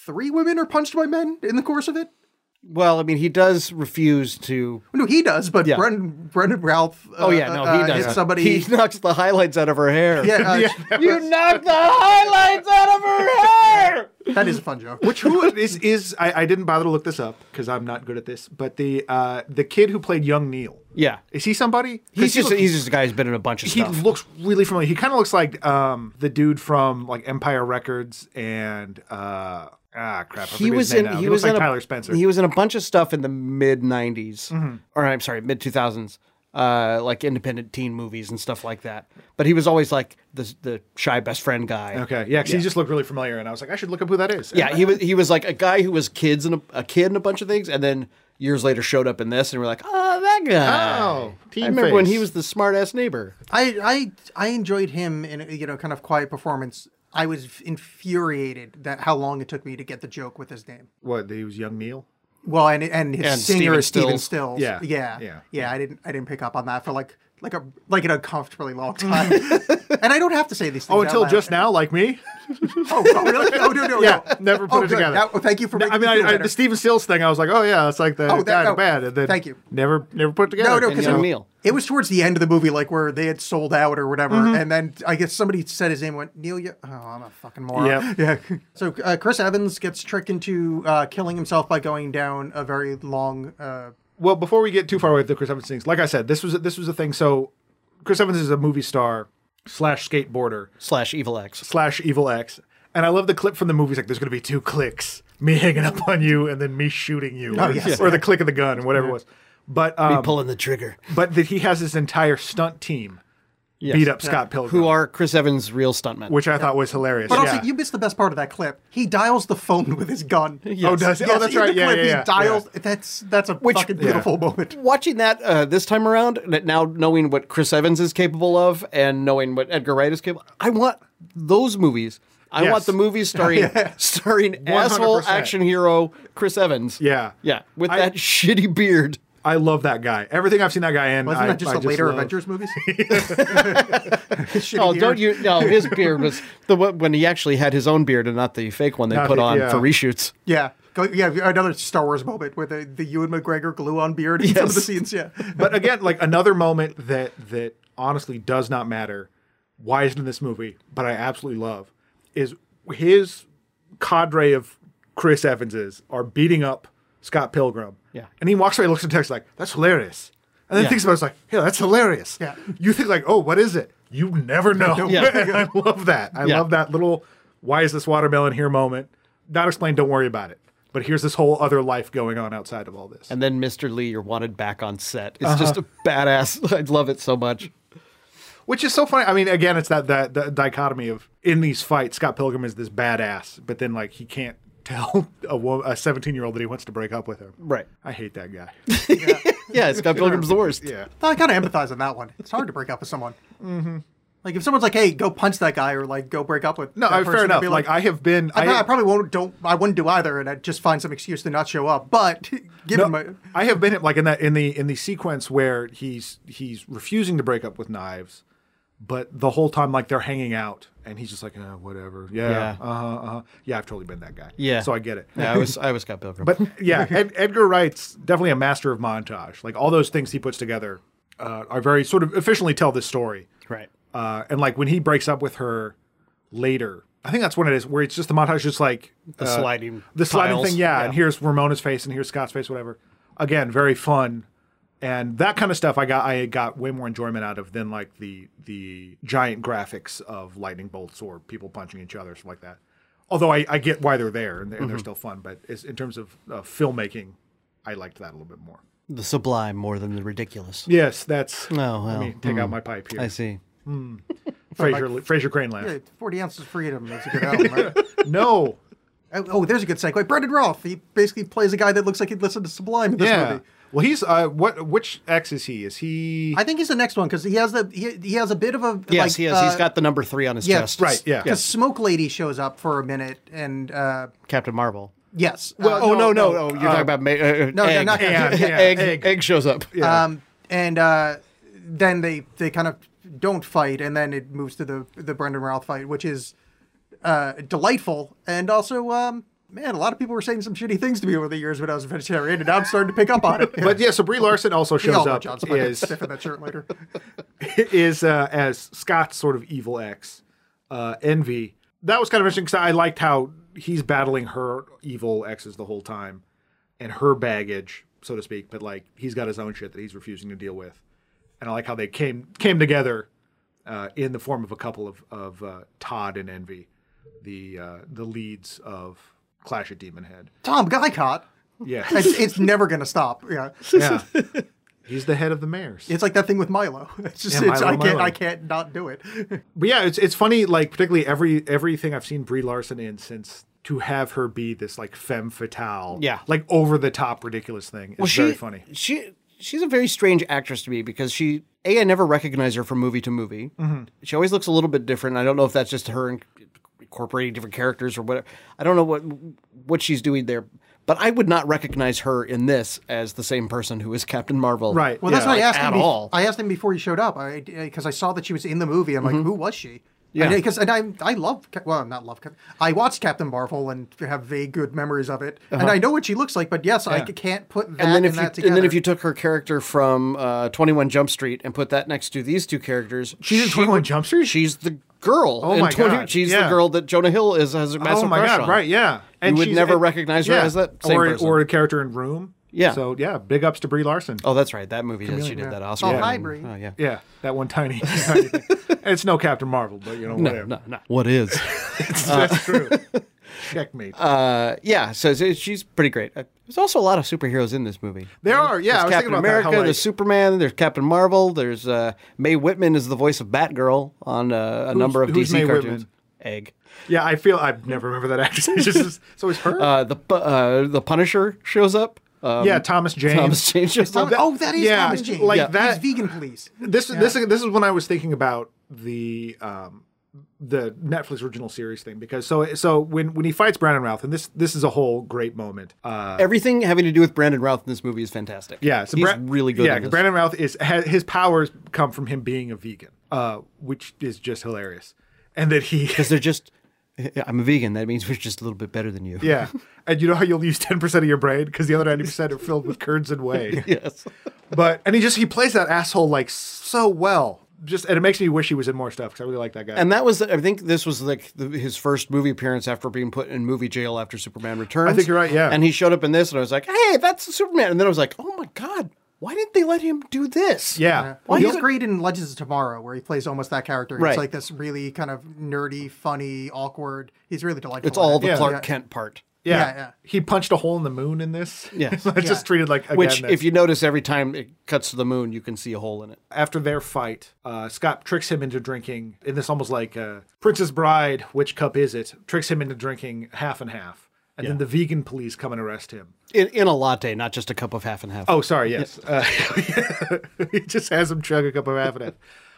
A: three women are punched by men in the course of it.
B: Well, I mean, he does refuse to.
A: No, he does, but
C: Yeah.
A: Brendan, Brendan Ralph. Uh,
B: Oh yeah, no,
A: uh,
B: he does.
A: hits somebody.
B: He knocks the highlights out of her hair.
A: yeah, uh,
B: you knocked the highlights out of her hair.
A: that is a fun joke.
C: Which who is is I, I didn't bother to look this up because I'm not good at this. But the uh, the kid who played young Neil,
B: Yeah,
C: is he somebody? 'Cause
B: he's
C: he
B: just
C: look-
B: he's just a guy who's been in a bunch of
C: he
B: stuff.
C: looks really familiar. He kind of looks like um, the dude from like Empire Records and uh, ah crap. I forget
B: he
C: his
B: was
C: name
B: in
C: now.
B: he,
C: He
B: was
C: looks like
B: in a,
C: Tyler Spencer. Mm-hmm.
B: He was in a bunch of stuff in the mid '90s, or I'm sorry, mid 2000s, uh, like independent teen movies and stuff like that. But he was always like the the shy best friend guy.
C: okay, yeah, 'cause he just looked really familiar, and I was like, I should look up who that is.
B: Yeah, he was he was like a guy who was kids and a, a kid and a bunch of things, and then years later showed up in this, and we're like, oh, that guy.
C: Oh,
B: I
C: teen
B: remember when
C: face.
B: he was the smart ass neighbor.
A: I, I I enjoyed him in a, you know kind of quiet performance. I was infuriated that how long it took me to get the joke with his name.
C: what he was young Neil.
A: Well, and and his
B: And
A: singer
B: Stephen
A: is Steven Stills.
B: Stills.
C: Yeah.
A: yeah,
C: Yeah.
A: I didn't I didn't pick up on that for like like a like an uncomfortably long time. and I don't have to say these things.
C: Oh,
A: out
C: until
A: loud.
C: just now, like me.
A: Oh, oh, really? Oh, no, no,
C: Yeah,
A: no.
C: never put
A: oh,
C: it
A: good.
C: together.
A: That- well, thank you for. Making
C: I mean,
A: me feel
C: I, I,
A: better.
C: the Steven Stills thing, I was like, oh yeah, it's like the
A: Oh, that-
C: guy in
A: no.
C: the band. And then
A: Thank you.
C: Never, never put it together.
A: No, no,
B: And
A: because
B: young
A: it,
B: Neil.
A: it was towards the end of the movie, like where they had sold out or whatever,
C: Mm-hmm.
A: and then I guess somebody said his name. and Went Neil? You- oh, I'm a fucking moron.
C: Yep.
A: Yeah. So uh, Chris Evans gets tricked into uh, killing himself by going down a very long. Uh,
C: well, before we get too far away with the Chris Evans things, like I said, this was this was a thing. So, Chris Evans is a movie star slash skateboarder
B: Slash Evil X.
C: slash evil X, and I love the clip from the movie. It's like, there's gonna be two clicks: me hanging up on you, and then me shooting you,
A: Oh,
C: or,
A: yes.
C: or the click of the gun, and whatever it was. But um,
B: Pulling the trigger.
C: but that he has his entire stunt team
B: Yes.
C: beat up Scott Pilgrim,
B: Who are Chris Evans' real stuntmen?
C: which I thought was hilarious.
A: but also,
C: yeah.
A: you missed the best part of that clip. He dials the phone with his gun.
C: Oh, does he?
A: Yes,
C: oh, that's
A: in The
C: right. Yeah,
A: clip,
C: yeah,
A: he
C: yeah.
A: dials. That's that's a fucking beautiful moment.
B: watching that uh, this time around, that now knowing what Chris Evans is capable of and knowing what Edgar Wright is capable, I want those movies. I
C: Yes.
B: want the movies starring starring asshole
C: 100%.
B: action hero Chris Evans.
C: Yeah.
B: yeah, with
C: I-
B: that shitty beard.
C: I love that guy. Everything I've seen that guy in.
A: Wasn't
C: I,
A: that just
C: I uh,
A: the later
C: love.
A: Avengers movies? Shitty
B: Oh,
A: beard.
B: don't you? No, his beard was the one when he actually had his own beard and not the fake one they
C: Not
B: put
C: the-
B: on
C: yeah.
B: for reshoots.
A: Yeah, go, yeah. Another Star Wars moment where the the Ewan McGregor glue on beard. in Some of the
B: Yes.
A: scenes. Yeah.
C: but again, like another moment that that honestly does not matter. Why isn't in this movie? But I absolutely love is his cadre of Chris Evanses are beating up Scott Pilgrim.
B: Yeah.
C: and he walks away, looks at the text like that's hilarious, and then
B: Yeah.
C: thinks about it, it's like, yeah, that's hilarious.
A: Yeah.
C: you think like, oh, what is it? You never know.
B: Yeah.
C: And I love that. I
B: Yeah.
C: love that little why is this watermelon here moment. Not explained. Don't worry about it. But here's this whole other life going on outside of all this.
B: And then Mr. Lee, you're wanted back on set. It's just
C: Uh-huh.
B: a badass. I love it so much.
C: Which is so funny. I mean, again, it's that that, that dichotomy of in these fights, Scott Pilgrim is this badass, but then like he can't tell a wo- a seventeen year old that he wants to break up with her.
B: Right.
C: I hate that guy.
B: Yeah, Scott Pilgrim's the worst.
C: yeah.
A: I kind of empathize on that one. It's hard to break up with someone. Mm-hmm. Like if someone's like, "Hey, go punch that guy," or like, "Go break up with."
C: No,
A: that
C: I,
A: person,"
C: fair
A: I'd
C: enough.
A: be
C: Like, I have been.
A: I,
C: I,
A: pro- I probably won't. Don't I wouldn't do either, and I'd just find some excuse to not show up. But
C: no,
A: given my,
C: I have been like in that in the in the sequence where he's he's refusing to break up with knives, but the whole time like they're hanging out and he's just like uh, whatever. Yeah.
B: Yeah.
C: Uh huh. Uh-huh. Yeah. I've totally been that guy.
B: Yeah.
C: So I get it.
B: Yeah, I was I was Scott Pilgrim.
C: But yeah, Ed, Edgar Wright's definitely a master of montage. Like all those things he puts together uh, are very sort of efficiently tell this story.
B: right.
C: Uh, and like when he breaks up with her later, I think that's when it is, where it's just the montage, just like
B: The
C: uh,
B: sliding
C: the sliding
B: tiles.
C: thing. Yeah,
B: Yeah.
C: and here's Ramona's face, and here's Scott's face, whatever. Again, very fun, and that kind of stuff. I got I got way more enjoyment out of than like the the giant graphics of lightning bolts or people punching each other, stuff like that. Although I, I get why they're there and they're,
B: Mm-hmm.
C: they're still fun, but it's, in terms of uh, filmmaking, I liked that a little bit more.
B: The sublime more than the ridiculous.
C: Yes, that's.
B: Oh,
C: Let
B: well,
C: me take out my pipe here.
B: I see.
C: Fraser, Fraser Crane laugh.
A: Hey, Forty ounces of freedom is a good album. Right?
C: No,
A: oh, oh, there's a good segue. Brendan Roth. He basically plays a guy that looks like he'd listen to Sublime in this movie.
C: Well, he's uh, what? Which X is he? Is he?
A: I think he's the next one because he has the he, he has a bit of a
B: Yes,
A: like,
B: he has.
A: uh,
B: he's got the number three on his
A: yeah,
B: chest.
C: right, yeah.
A: Because Smoke Lady shows up for a minute, and uh,
B: Captain Marvel.
A: yes.
C: Well,
A: Uh,
B: Oh no, no,
C: no,
B: no! You're talking about ma- uh,
A: no,
B: egg.
A: not
C: Egg, yeah,
B: egg,
C: egg.
B: egg shows up.
C: yeah.
A: Um, and uh, then they they kind of don't fight, and then it moves to the the Brendan Routh fight, which is uh, delightful and also um, man, a lot of people were saying some shitty things to me over the years when I was a vegetarian, and I'm starting to pick up on it.
C: But yeah, so Brie Larson also
A: We all
C: shows
A: know
C: up
A: John Smith
C: is
A: sniffing that shirt later.
C: is uh, as Scott's sort of evil ex, uh, Envy. That was kind of interesting because I liked how he's battling her evil exes the whole time, and her baggage, so to speak. But like he's got his own shit that he's refusing to deal with, and I like how they came came together uh, in the form of a couple of of uh, Todd and Envy, the uh, the leads of Clash of Demon Head.
A: Tom Guycott.
C: Yeah,
A: It's, it's never gonna stop. Yeah,
C: yeah. He's the head of the mares.
A: it's like that thing with Milo. It's just
C: Yeah,
A: it's,
C: Milo,
A: I can't
C: Milo.
A: I can't not do it.
C: But yeah, it's it's funny, like particularly every everything I've seen Brie Larson in since to have her be this like femme fatale,
B: Yeah.
C: like over the top ridiculous thing is very funny.
B: She she's a very strange actress to me because she a I never recognize her from movie to movie.
A: Mm-hmm.
B: She always looks a little bit different. I don't know if that's just her in- incorporating different characters or whatever. I don't know what what she's doing there. But I would not recognize her in this as the same person who is Captain Marvel.
C: Right.
A: Well, that's
C: Yeah.
A: what I asked
B: at
A: him. bef-
B: all.
A: I asked him before he showed up. I because I saw that she was in the movie. I'm like, who was she?
B: Mm-hmm. Yeah.
A: Because and I I love Cap- well not love Cap- I watched Captain Marvel and have vague good memories of it, and I know what she looks like. But yes, I c- can't put that and,
B: Uh-huh. And then if you,
A: that together.
B: and then if you took her character from uh, Twenty One Jump Street and put that next to these two characters,
C: She's in
B: she
C: 21
B: would-
C: Jump Street?
B: She's the girl.
C: Oh
B: in
C: my
B: 20
C: God,
B: She's
C: yeah.
B: the girl that Jonah Hill is has a massive
C: oh my
B: crush
C: god,
B: on.
C: right, yeah.
B: would
C: she's-
B: never recognize her as that same
C: or,
B: person.
C: or a character in Room.
B: Yeah.
C: So yeah, big ups to Brie Larson.
B: Oh, that's right. That movie is. She
A: yeah.
B: did that.
A: Oh,
B: Oscar.
A: hi,
B: and-
A: Brie.
B: Oh, yeah.
C: Yeah, that one tiny. tiny thing. it's no Captain Marvel, but you know
B: No,
C: whatever.
B: no, no. What is?
C: That's true. Checkmate.
B: uh, yeah. So, so she's pretty great. Uh, There's also a lot of superheroes in this movie.
C: there are, yeah.
B: there's
C: I was
B: Captain
C: thinking about
B: America.
C: that. How, like,
B: there's Superman. There's Captain Marvel. There's uh, Mae Whitman is the voice of Batgirl on uh, a number of
C: who's
B: DC
C: Mae
B: cartoons.
C: Whitman?
B: Egg.
C: yeah, I feel I never remember that actress. It's just- so it's her.
B: Uh, the pu- uh, the Punisher shows up. Um,
C: yeah, Thomas Jane.
B: Thomas Jane shows
A: oh,
B: up.
C: that-
A: oh, that is
C: yeah,
A: Thomas Jane.
C: like
A: He's
C: that-
A: vegan, please.
C: this this this is when I was thinking about the um the Netflix original series thing because so so when when he fights Brandon Routh and this this is a whole great moment. Uh
B: Everything having to do with Brandon Routh in this movie is fantastic.
C: yeah, so
B: he's
C: Bra-
B: really good.
C: Yeah,
B: in this.
C: Brandon Routh is ha- his powers come from him being a vegan, uh which is just hilarious. And that he
B: because they're just. I'm a vegan. That means we're just a little bit better than you.
C: yeah. And you know how you'll use 10% of your brain because the other 90% are filled with curds and whey.
B: Yes.
C: But and he just he plays that asshole like so well. Just and it makes me wish he was in more stuff because I really like that guy.
B: And that was, I think this was like the, his first movie appearance after being put in movie jail after Superman Returns.
C: I think you're right, yeah.
B: And he showed up in this, and I was like, hey, that's Superman. And then I was like, oh my God, why didn't they let him do this?
C: yeah.
A: Well,
B: Well,
A: he's
B: you-
A: great in Legends of Tomorrow, where he plays almost that character.
B: Right.
A: It's like this really kind of nerdy, funny, awkward. He's really delightful.
B: It's all the
C: Yeah.
B: Clark
A: Yeah.
B: Kent part.
C: Yeah.
A: Yeah, yeah.
C: He punched a hole in the moon in this.
B: Yes.
C: it's just treated like again,
B: Which,
C: that's-
B: if you notice, every time it cuts to the moon, you can see a hole in it.
C: after their fight, uh, Scott tricks him into drinking in this almost like uh, Princess Bride, which cup is it? Tricks him into drinking half and half, and then the vegan police come and arrest him.
B: In, in a latte, not just a cup of half and half.
C: Oh, sorry, yes. Uh, he just has him chug a cup of half and half.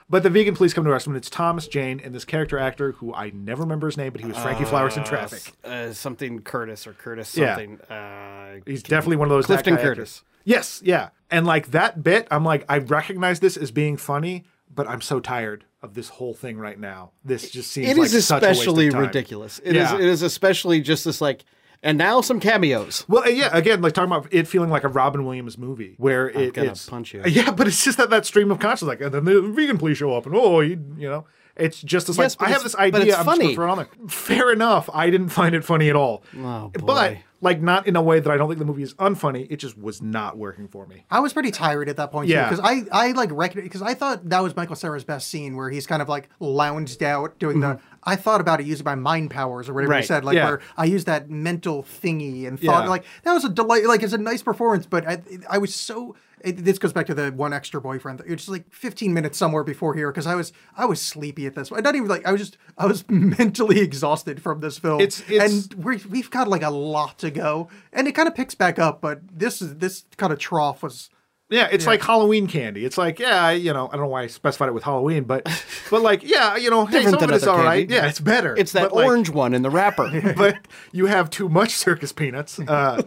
C: But the vegan police come to arrest him, and it's Thomas Jane and this character actor who I never remember his name, but he was Frankie Flowers in Traffic.
B: Uh, something Curtis or Curtis
C: Yeah.
B: something. Uh,
C: He's definitely one of those that
B: Clifton
C: guy actors.
B: Curtis.
C: Yes, yeah. And like that bit, I'm like, I recognize this as being funny, but I'm so tired of this whole thing right now. This just seems
B: it
C: like
B: is
C: such a waste of
B: especially
C: time.
B: ridiculous. It is.
C: Yeah.
B: It is especially just this like, and now some cameos.
C: Well, uh, yeah. Again, like talking about it feeling like a Robin Williams movie where it,
B: gonna
C: it's
B: punch you.
C: Yeah, but it's just that that stream of consciousness, like, and then the vegan police show up, and oh, you, you know, it's just this
B: Yes, but
C: like I have
B: it's-
C: this
B: but
C: idea.
B: it's
C: I'm just
B: funny.
C: gonna throw it on there. Fair enough. I didn't find it funny at all.
B: Oh,
C: But
B: boy.
C: like not in a way that I don't think the movie is unfunny. It just was not working for me.
A: I was pretty tired at that point.
C: Yeah.
A: because I I like recognize because I thought that was Michael Sarah's best scene where he's kind of like lounged out doing the. I thought about it using my mind powers or whatever
B: Right,
A: you said, like
C: Mm-hmm. yeah.
A: where I used that mental thingy and thought
C: Yeah.
A: like that was a delight. Like it's a nice performance, but I I was so. It, this goes back to the one extra boyfriend. It's just like 15 minutes somewhere before here because I was I was sleepy at this. point. Not even like I was just I was mentally exhausted from this film.
C: It's- it's-
A: and we we've got like a lot to go, and it kind of picks back up. But this is this kind of trough was
C: Yeah, it's like Halloween candy. It's like, yeah, I- you know, I don't know why I specified it with Halloween, but but like, yeah, you know, hey,
B: Different
C: some of
B: than
C: it's
B: other
C: all right.
B: candy.
C: Yeah, it's better.
B: It's that
C: But, like,
B: orange one in the wrapper.
C: but you have too much circus peanuts. Uh,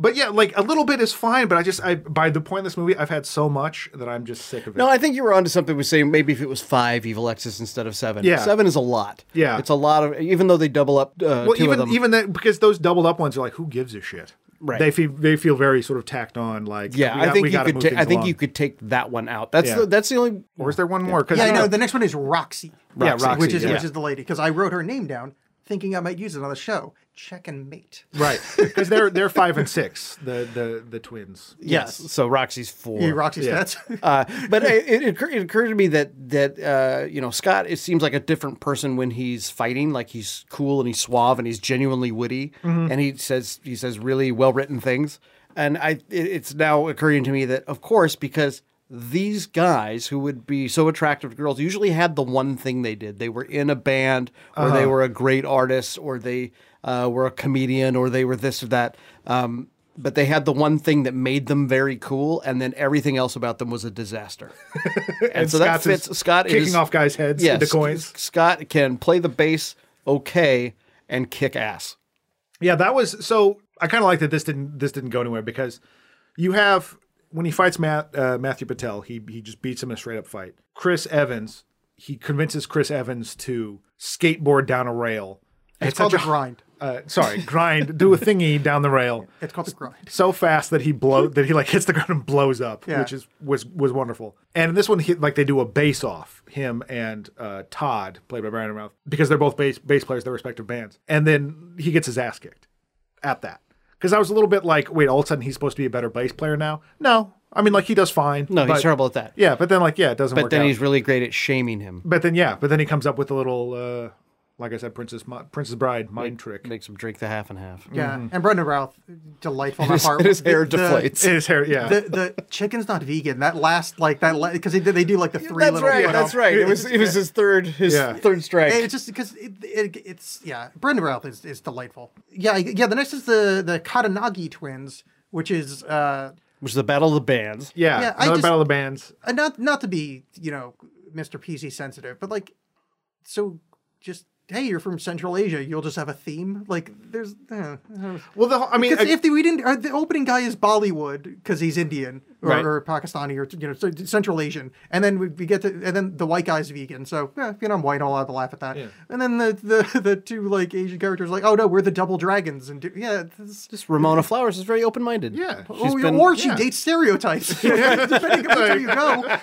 C: But yeah, like a little bit is fine, but I just I by the point of this movie, I've had so much that I'm just sick of it.
B: No, I think you were onto something with saying maybe if it was five evil X's instead of seven.
C: Yeah.
B: Seven is a lot.
C: Yeah.
B: It's a lot of, even though they double up uh,
C: well,
B: two
C: even
B: of them.
C: even that because those doubled up ones are like, who gives a shit?
B: Right.
C: They feel they feel very sort of tacked on. Like
B: yeah,
C: we
B: I
C: got-
B: think
C: we
B: you
C: gotta
B: could.
C: move
B: Ta-
C: things
B: I think
C: along.
B: you could take that one out. That's
C: Yeah.
B: the, that's the only.
C: Or is there one more? 'Cause
A: Yeah, I
C: you
A: know.
C: know-
A: The next one is Roxy.
C: Yeah, Roxy,
A: Which is
C: yeah.
A: which is the lady because I wrote her name down thinking I might use it on the show. Check and mate.
C: right because they're they're five and six the the the twins.
A: Yes.
B: So Roxy's four.
A: Hey, Roxy
C: Yeah.
A: stats.
B: Uh, but it, it, occur- it occurred to me that that uh, you know Scott it seems like a different person when he's fighting like he's cool and he's suave and he's genuinely witty and he says he says really well written things and I it, it's now occurring to me that of course because these guys who would be so attractive to girls usually had the one thing they did they were in a band or they were a great artist or they uh, were a comedian or they were this or that um, but they had the one thing that made them very cool, and then everything else about them was a disaster. and, so
C: Scott's
B: that
C: is
B: fits Scott
C: kicking
B: is,
C: off guys' heads
B: Yes,
C: into coins.
B: Scott can play the bass okay and kick ass.
C: Yeah, that was so. I kind of like that this didn't this didn't go anywhere because you have when he fights Matt uh, Matthew Patel, he he just beats him in a straight up fight. Chris Evans, he convinces Chris Evans to skateboard down a rail.
A: It's called the grind.
C: Uh, sorry, grind, do a thingy down the rail
A: It's called the grind.
C: so fast that he blow that he like hits the ground and blows up,
A: Yeah.
C: which is was was wonderful. And in this one, he, like they do a base off him and uh, Todd, played by Brandon Routh, because they're both bass bass players, their respective bands. And then he gets his ass kicked at that because I was a little bit like, wait, all of a sudden he's supposed to be a better bass player now? No, I mean like he does fine.
B: No, he's
C: but-
B: terrible at that.
C: Yeah, but then like yeah, it doesn't.
B: But
C: work
B: then
C: out.
B: he's really great at shaming him.
C: But then yeah, but then he comes up with a little, uh, like I said, Princess Mo- Princess Bride mind trick.
B: Makes him drink the half and half.
A: Yeah,
C: mm-hmm.
A: and Brendan Routh, delightful. in that
B: His,
A: part.
B: his hair
A: The-
B: deflates.
C: His hair, yeah.
A: The, the chicken's not vegan. That last like that because they, they do like the three little. you know.
B: right. It was it was his third his
C: Yeah.
B: third strike.
A: It's just because it, it, it's yeah. Brendan Routh is, is delightful. Yeah, yeah. The next is the the Katanagi twins, which is uh,
B: Which is the battle of the bands.
C: yeah,
A: yeah, I
C: another
A: just-
C: battle of bands.
A: and not not to be you know Mr. PC sensitive, but like so just hey, you're from Central Asia, you'll just have a theme. Like there's uh,
C: Well, the whole- I mean,
A: because
C: I-
A: if the, we didn't, uh, the opening guy is Bollywood because he's Indian or,
C: Right.
A: or Pakistani or you know so- Central Asian, and then we, we get to and then the white guy's vegan. So eh, you know I'm white, I'll have a laugh at that. And then the, the the two like Asian characters like oh no we're the double dragons and do, yeah this,
B: Just Ramona Flowers is very open minded.
C: Yeah.
B: She's
A: or,
B: been,
A: Oh, or she
C: yeah.
A: dates stereotypes, depending on where you go.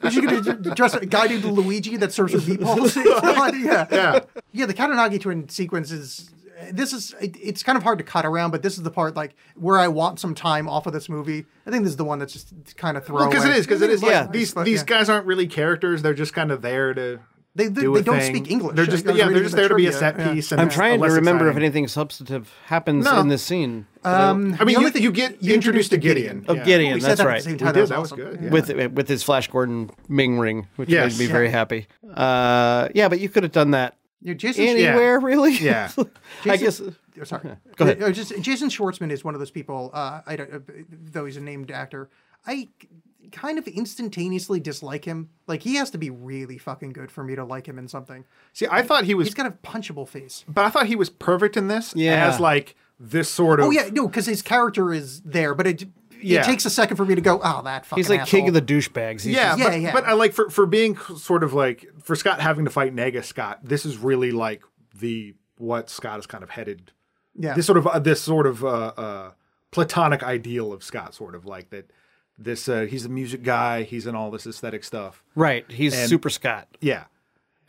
A: But she could d- dress a guy named Luigi that serves her meatballs. It's not- yeah. yeah, The Katanagi twin sequence is this is it, it's kind of hard to cut around, but this is the part like where I want some time off of this movie. I think this is the one that's just kind of thrown.
C: because it is because it is like
B: Yeah.
C: these
A: But,
C: these
A: yeah.
C: guys aren't really characters they're just kind of there to
A: They- they-
C: do a
A: they don't
C: thing.
A: speak English.
C: they're
A: I
C: just
A: was
C: yeah
A: reading
C: they're just
A: the
C: there to be a
A: trivia,
C: set
A: yeah.
C: piece and
B: I'm
C: it's
B: trying to
C: less
B: remember if
C: exciting.
B: anything substantive happens
C: No. Uh,
B: in this scene.
A: Um,
C: i mean
A: the only
C: you,
A: thing-
C: you get
A: you
C: introduced to gideon,
B: Of Gideon,
A: We said
B: that's
A: that at
B: right.
A: the same
C: we
A: time.
C: did
A: that was awesome.
C: good yeah.
B: with with his Flash Gordon Ming ring, which
C: Yes.
B: made me very happy. Uh, yeah, but you could have done that
A: Yeah, Jason
B: anywhere, really.
C: Yeah.
B: I guess.
A: Jason- Oh, sorry.
B: Go ahead.
A: Uh, uh, just- Jason Schwartzman is one of those people. Uh, I don't, uh, though he's a named actor, I c- kind of instantaneously dislike him. Like he has to be really fucking good for me to like him in something.
C: see i thought he was
A: He's got a punchable face.
C: but i thought he was perfect in this
B: Yeah.
C: as like this sort of
A: Oh yeah, no, because his character is there, but it
C: Yeah.
A: it takes a second for me to go. Oh, that fucking.
B: He's like
A: asshole.
B: king of the douchebags. He's
C: yeah,
A: Yeah,
C: but,
A: yeah.
C: but I like for for being sort of like for Scott having to fight Nega Scott. This is really like the what Scott is kind of headed.
A: Yeah.
C: This sort of uh, this sort of uh, uh, platonic ideal of Scott, sort of like that. This uh, he's a music guy. He's in all this aesthetic stuff.
B: right. He's super Scott.
C: Yeah.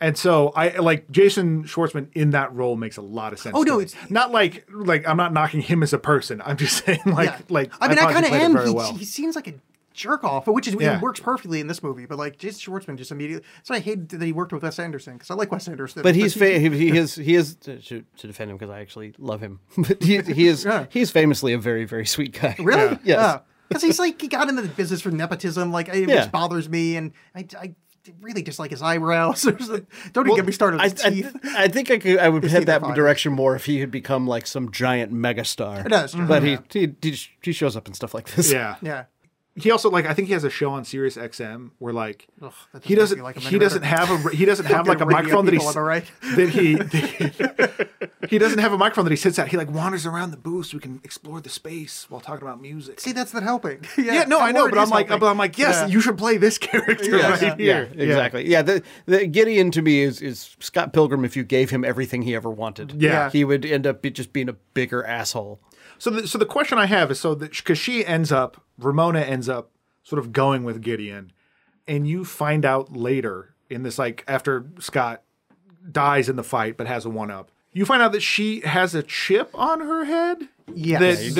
C: And so I like Jason Schwartzman in that role makes a lot of sense.
A: Oh,
C: to
A: no,
C: me.
A: it's-
C: not like like I'm not knocking him as a person. I'm just saying like
A: Yeah.
C: like
A: I mean, I,
C: thought he
A: kind of
C: played it
A: am.
C: very
A: He,
C: well.
A: he seems like a jerk off, which is
C: Yeah.
A: it works perfectly in this movie. But like Jason Schwartzman just immediately. So I hate that he worked with Wes Anderson because I like Wes Anderson.
B: But he's
A: he-
B: fa- he, he is he is to, to to defend him because I actually love him. But he, he is
A: Yeah.
B: he's famously a very very sweet guy.
A: Really?
B: Yes.
A: Because he's like he got into the business for nepotism, like I-
B: Yeah.
A: which bothers me, and I, I really dislike his eyebrows. Don't even get me started on
B: I,
A: his
B: I,
A: teeth.
B: I think I could I would head
A: teeth are
B: that
A: fine.
B: direction more if he had become like some giant megastar.
A: No, that's true.
B: But he, he he sh- he shows up in stuff like this.
C: yeah.
A: yeah.
C: he also like I think he has a show on Sirius XM where like
A: Ugh, that doesn't
C: he
A: make
C: doesn't
A: me like him any
C: he doesn't
A: better.
C: have a he doesn't have like a
A: Radio
C: microphone that he
A: people,
C: s-
A: am I right?
C: that he he doesn't have a microphone that he sits at. He like wanders around the booth so we can explore the space while talking about music.
A: See, that's not helping.
C: yeah, no,
A: that
C: I know,
A: word
C: but I'm
A: is
C: like,
A: helping.
C: but I'm like, yes,
A: Yeah.
C: you should play this character
A: Yeah,
C: right
A: yeah.
C: here.
B: Yeah, exactly. Yeah, the, the Gideon to me is is Scott Pilgrim if you gave him everything he ever wanted.
C: Yeah.
B: He would end up be, just being a bigger asshole.
C: So, the, so the question I have is so that because she ends up, Ramona ends up sort of going with Gideon, and you find out later in this, like after Scott dies in the fight but has a one up, you find out that she has a chip on her head.
A: Yes.
C: That-
A: Yeah,
B: You're
A: you
C: that-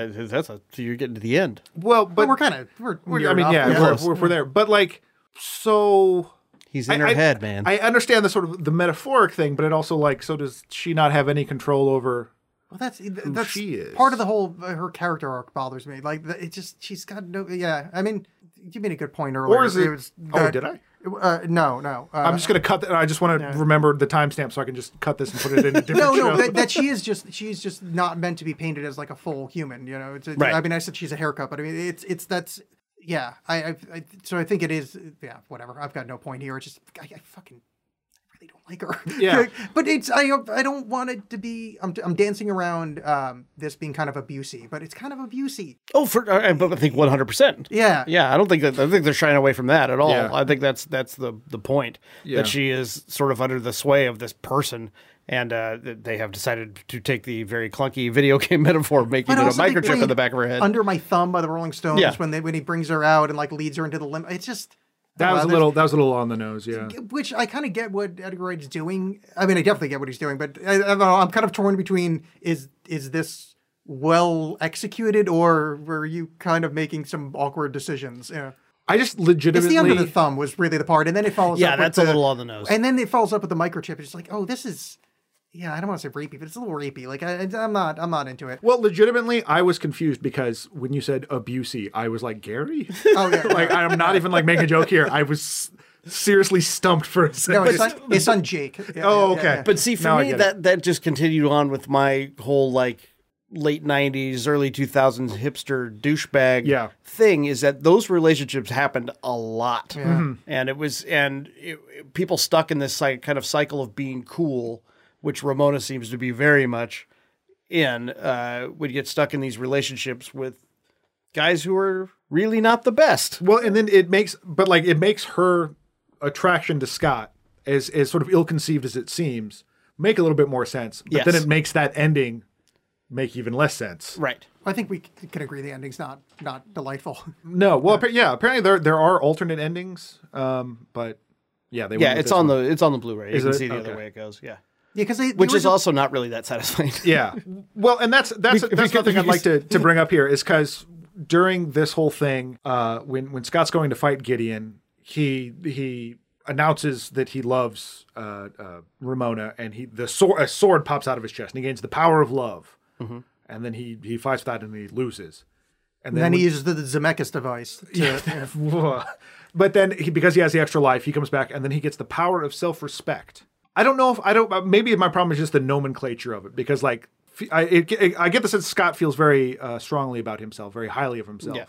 B: getting, that, that's a, you're getting to the end.
C: well, but
A: But we're kind of we're, we're
C: I
A: near
C: mean,
A: enough.
C: yeah, we're, we're, we're there, but like, so
B: He's in
C: I-
B: her
C: I-
B: head, man.
C: I understand the sort of the metaphoric thing, but it also like, so does she not have any control over?
A: Well, that's that's
C: she is.
A: part of the whole uh, her character arc bothers me. Like the- it just she's got no. Yeah, I mean, you made a good point earlier.
C: Or is it?
A: was
C: oh,
A: that-
C: did I?
A: Uh, no, no. Uh,
C: I'm just gonna cut that. I just want to remember the timestamp so I can just cut this and put it in a different
A: no,
C: show.
A: no, that, that she is just she is just not meant to be painted as like a full human. You know, it's, it's-
B: Right.
A: I mean, I said she's a haircut, but I mean, it's it's that's yeah. I, I, I so I think it is. Yeah, whatever. I've got no point here. It's just I, I fucking really don't like her.
C: Yeah.
A: but it's I I don't want it to be. I'm I'm dancing around um this being kind of abusey, but it's kind of abusey.
B: oh, for I, I but I think 100. percent
A: Yeah.
B: Yeah, I don't think that I think they're shying away from that at all.
C: Yeah.
B: I think that's that's the the point
C: Yeah.
B: that she is sort of under the sway of this person, and uh, that they have decided to take the very clunky video game metaphor, of making it a
A: also they
B: microchip in
A: played
B: the back of her head.
A: Under my thumb by the Rolling Stones
B: Yeah.
A: when they when he brings her out and like leads her into the limb. It's just
C: that was
A: Uh,
C: a
A: there's-
C: little. That was a little on the nose. Yeah.
A: which I kind of get what Edgar Wright's doing. I mean, I definitely get what he's doing, but I, I don't know. I'm kind of torn between is is this well executed or were you kind of making some awkward decisions? Yeah.
C: I just
A: It's
C: legitimately.
A: the under the thumb was really the part, and then it follows.
B: Yeah,
A: up
B: that's a
A: with the,
B: little on the nose.
A: And then it follows up with the microchip. It's like, oh, this is. Yeah, I don't want to say rapey, but it's a little rapey. Like I, I'm not, I'm not into it.
C: well, legitimately, I was confused because when you said abusey, I was like Gary.
A: Oh yeah,
C: like I'm not even like making a joke here. I was seriously stumped for a
A: no,
C: second.
A: it's on, it's on Jake. Yeah,
C: oh,
A: yeah,
C: okay.
A: yeah, yeah.
B: But see, for
C: Now I
B: me,
C: get it.
B: that that just continued on with my whole like late '90s, early 2000s hipster douchebag
C: Yeah.
B: thing. Is that those relationships happened a lot,
C: Mm-hmm.
B: and it was and it, it- people stuck in this like, kind of cycle of being cool, which Ramona seems to be very much in. Uh, would get stuck in these relationships with guys who are really not the best.
C: Well, and then it makes, but like it makes her attraction to Scott, as as sort of ill conceived as it seems, make a little bit more sense. But then
B: Yes.
C: it makes that ending make even less sense.
B: Right.
A: I think we c- can agree the ending's not not delightful.
C: No, well, appa- yeah. Apparently there there are alternate endings, um, but yeah, they
B: Yeah, it's on the it's on the Blu-ray. You can
C: it?
B: see the other
C: Okay.
B: way it goes. Yeah.
A: Yeah, because
B: Which is also not really that satisfying.
C: yeah. Well, and that's that's
B: We- we
C: that's
B: could-
C: another thing
B: we
C: I'd like to to bring up here is because during this whole thing, uh, when when Scott's going to fight Gideon, he he announces that he loves uh, uh, Ramona, and he the sword a sword pops out of his chest, and he gains the power of love, and then he he fights that and he loses, and
A: And
C: then,
A: then he
C: he.
A: uses the, the Zemeckis device. To, yeah.
C: But then, he, because he has the extra life, he comes back, and then he gets the power of self-respect. I don't know if I don't. uh, Maybe my problem is just the nomenclature of it, because like f- I, it, it- I get the sense Scott feels very uh, strongly about himself, very highly of himself,
B: Yeah.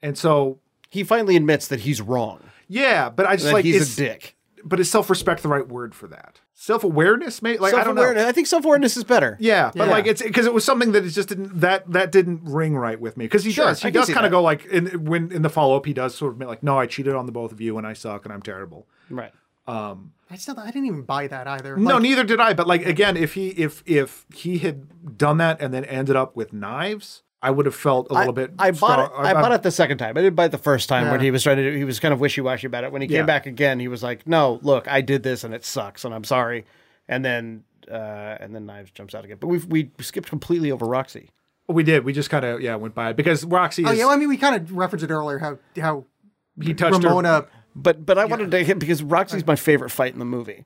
C: and so
B: he finally admits that he's wrong.
C: yeah. But I just
B: That
C: like
B: he's
C: is-
B: a dick.
C: But is self-respect the right word for that? Self-awareness, maybe. Like I don't know.
B: Self-awareness. I think self-awareness is better.
C: Yeah, but
A: Yeah.
C: like it's because it was something that it just didn't that that didn't ring right with me because he
B: Sure,
C: does he
B: I can
C: does
B: see
C: kind of
B: that.
C: go like in when in the follow up he does sort of admit, like no I cheated on the both of you and I suck and I'm terrible.
B: Right.
A: I still I didn't even buy that either.
C: no,
A: Like,
C: neither did I. But like again, if he if if he had done that and then ended up with knives, I would have felt a
B: I,
C: little bit.
B: I bought it.
C: strong-
B: I, bought it the second time. I didn't buy it the first time when
A: Yeah.
B: he was trying to. do- He was kind of wishy-washy about it. When he
C: Yeah.
B: came back again, he was like, "No, look, I did this and it sucks, and I'm sorry." And then, uh, and then Knives jumps out again. But we we skipped completely over Roxy.
C: We did. We just kind of yeah went by it because Roxy.
A: Oh
C: is,
A: yeah, well, I mean we kind of referenced it earlier how how
C: he touched her-
A: Ramona.
B: But but I wanted to hit because Roxy's my favorite fight in the movie.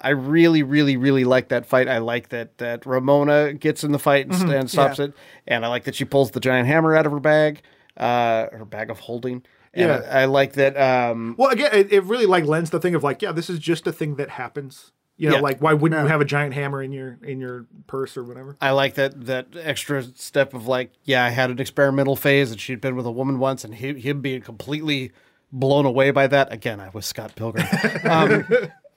B: I really, really, really like that fight. I like that that Ramona gets in the fight and, and stops
A: yeah.
B: it, and I like that she pulls the giant hammer out of her bag, uh, her bag of holding. And
C: Yeah.
B: I, I like that. Um,
C: Well, again, it, it really like lends the thing of like yeah this is just a thing that happens. You know,
B: Yeah.
C: like why wouldn't you have a giant hammer in your in your purse or whatever?
B: I like that that extra step of like, yeah, I had an experimental phase, and she'd been with a woman once, and him, him being completely blown away by that. Again, I was Scott Pilgrim. um,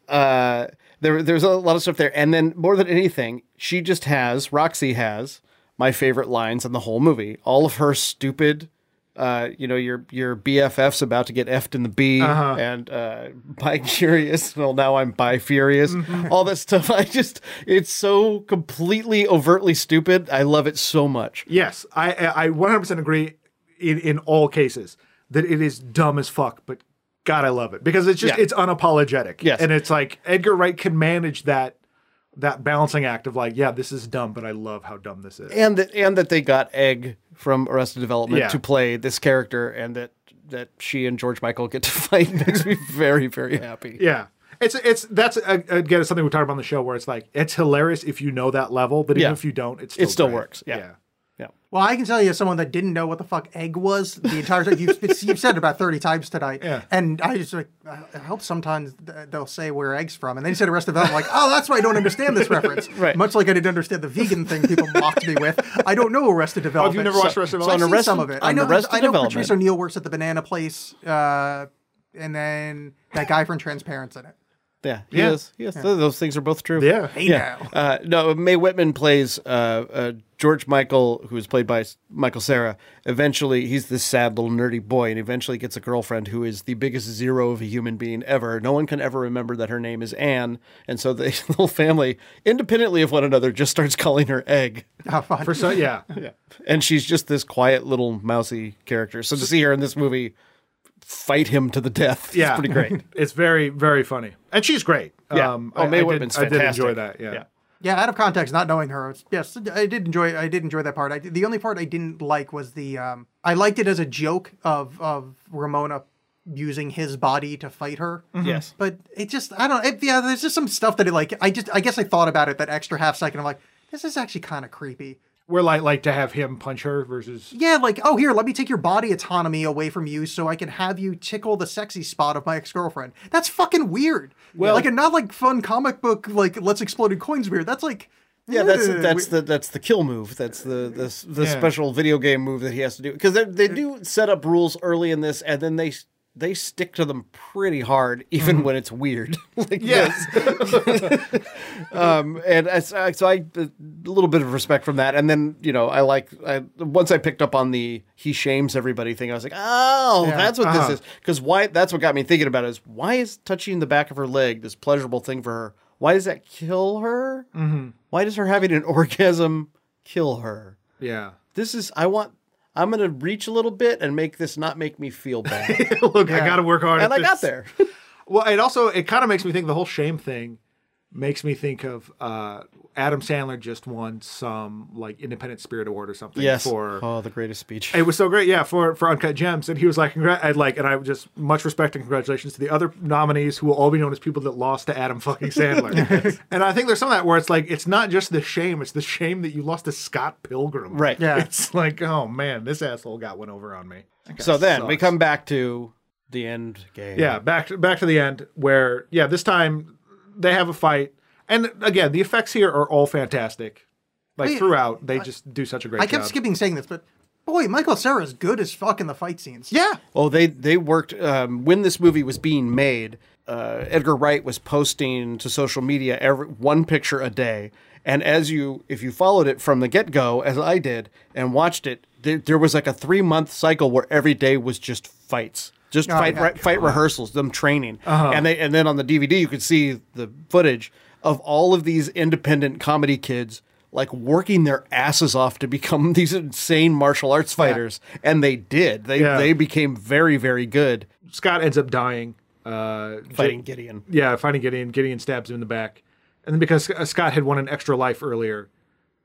B: uh, there, there's a lot of stuff there, and then more than anything, she just has Roxy has my favorite lines in the whole movie. All of her stupid. Uh, you know your your BFF's about to get effed in the B, and uh, bi curious. Well, now I'm bi furious. All that stuff. I just it's so completely overtly stupid. I love it so much.
C: Yes, I I I 100% agree in in all cases that it is dumb as fuck, but God, I love it because it's just
B: Yeah.
C: it's unapologetic.
B: Yes.
C: and it's like Edgar Wright can manage that that balancing act of like, yeah, this is dumb, but I love how dumb this is.
B: And that and that they got Egg from Arrested Development
C: Yeah.
B: to play this character, and that that she and George Michael get to fight makes me very very happy.
C: Yeah. It's it's that's uh, again it's something we talked about on the show where it's like it's hilarious if you know that level, but even
B: Yeah.
C: if you don't, it's still
B: It still
C: great.
B: works, yeah. Yeah.
A: Well, I can tell you, as someone that didn't know what the fuck egg was the entire time, you've, it's- you've said it about 30 times tonight.
C: Yeah.
A: And I just like, I I hope sometimes th- they'll say where egg's from. And then you said the rest of it, I'm like, oh, that's why I don't understand this reference.
B: Right.
A: Much like I didn't understand the vegan thing people mocked me with. I don't know Arrested Development.
C: Oh, never watched
A: So-
C: Arrested
A: so
C: Development?
A: I've
B: On
A: seen
B: Arrested-
A: some of it. I
B: on
A: know,
B: Arrested
A: I know Patrice
B: Development.
A: O'Neill works at the Banana Place, uh, and then that guy from Transparent's in it.
B: Yeah, he
C: Yeah.
B: is. Yes, those things are both true.
C: Yeah.
A: Hey, now.
B: Uh, no, Mae Whitman plays uh, uh, George Michael, who is played by S- Michael Sarah. Eventually, he's this sad little nerdy boy, and eventually gets a girlfriend who is the biggest zero of a human being ever. No one can ever remember that her name is Anne, and so the whole family, independently of one another, just starts calling her Egg.
A: How fun.
C: For so yeah.
B: Yeah, and she's just this quiet little mousy character. So to see her in this movie fight him to the death,
C: Yeah.
B: is pretty great.
C: it's very, very funny. And she's great.
B: Yeah. Oh, Mae
C: did-
B: Whitman's
C: Um, I did
B: fantastic.
C: enjoy that. Yeah.
B: Yeah.
A: Yeah, out of context, not knowing her. it's- Yes, I did enjoy. I did enjoy that part. I, the only part I didn't like was the. Um, I liked it as a joke of of Ramona using his body to fight her.
B: Mm-hmm. Yes.
A: But it just, I don't. It, yeah, there's just some stuff that it like. I just, I guess I thought about it that extra half second. I'm like, this is actually kind of creepy.
C: We're like like to have him punch her versus
A: Yeah, like, oh, here, let me take your body autonomy away from you so I can have you tickle the sexy spot of my ex girlfriend. That's fucking weird. Well, like, and not like fun comic book, like, let's explode coins weird. That's like,
B: Yeah, that's
A: eh,
B: that's the that's the kill move. That's the the, s- the
C: Yeah.
B: special video game move that he has to do because they, they do set up rules early in this, and then they s- they stick to them pretty hard,
C: Mm-hmm.
B: even when it's weird. like
C: Yes.
B: this. um, and I, so I- so I uh, a little bit of respect from that, and then you know I like I, once I picked up on the he shames everybody thing. I was like, oh, that's what
C: Uh-huh.
B: this is. Because why? That's what got me thinking about it, is why is touching the back of her leg this pleasurable thing for her? Why does that kill her?
C: Mm-hmm.
B: Why does her having an orgasm kill her?
C: Yeah.
B: This is I want. I'm gonna reach a little bit and make this not make me feel bad.
C: Look, I gotta work hard.
B: and
C: at
B: I got
C: this.
B: there.
C: Well, it also it kind of makes me think the whole shame thing makes me think of uh Adam Sandler just won some like independent spirit award or something for
B: oh, the greatest speech.
C: It was so great, yeah, for for Uncut Gems, and he was like, congrat, I'd like, and I just much respect and congratulations to the other nominees who will all be known as people that lost to Adam fucking Sandler. and I think there's some of that where it's like, it's not just the shame, it's the shame that you lost to Scott Pilgrim.
B: Right.
A: Yeah.
C: It's like, oh man, this asshole got one over on me. That guy
B: So then we
C: sucks.
B: come back to the end game.
C: yeah, back to, back to the end where, yeah, this time they have a fight, and again, the effects here are all fantastic. Like
A: I-
C: throughout, they just do such a great
A: I kept
C: job.
A: skipping saying this, but boy, Michael Sarah's good as fuck in the fight scenes.
C: yeah.
B: Oh, they they worked um, when this movie was being made. Uh, Edgar Wright was posting to social media every one picture a day, and as you if you followed it from the get go, as I did and watched it, there, there was like a three month cycle where every day was just fights, just fight
A: yeah.
B: re- fight rehearsals, them training, and they and then on the DVD you could see the footage of all of these independent comedy kids. Like working their asses off to become these insane martial arts fighters, and they did. They
C: Yeah.
B: they became very, very good
C: Scott ends up dying. Uh,
B: fighting Gideon.
C: yeah, finding Gideon. Gideon stabs him in the back, and then because uh, Scott had won an extra life earlier,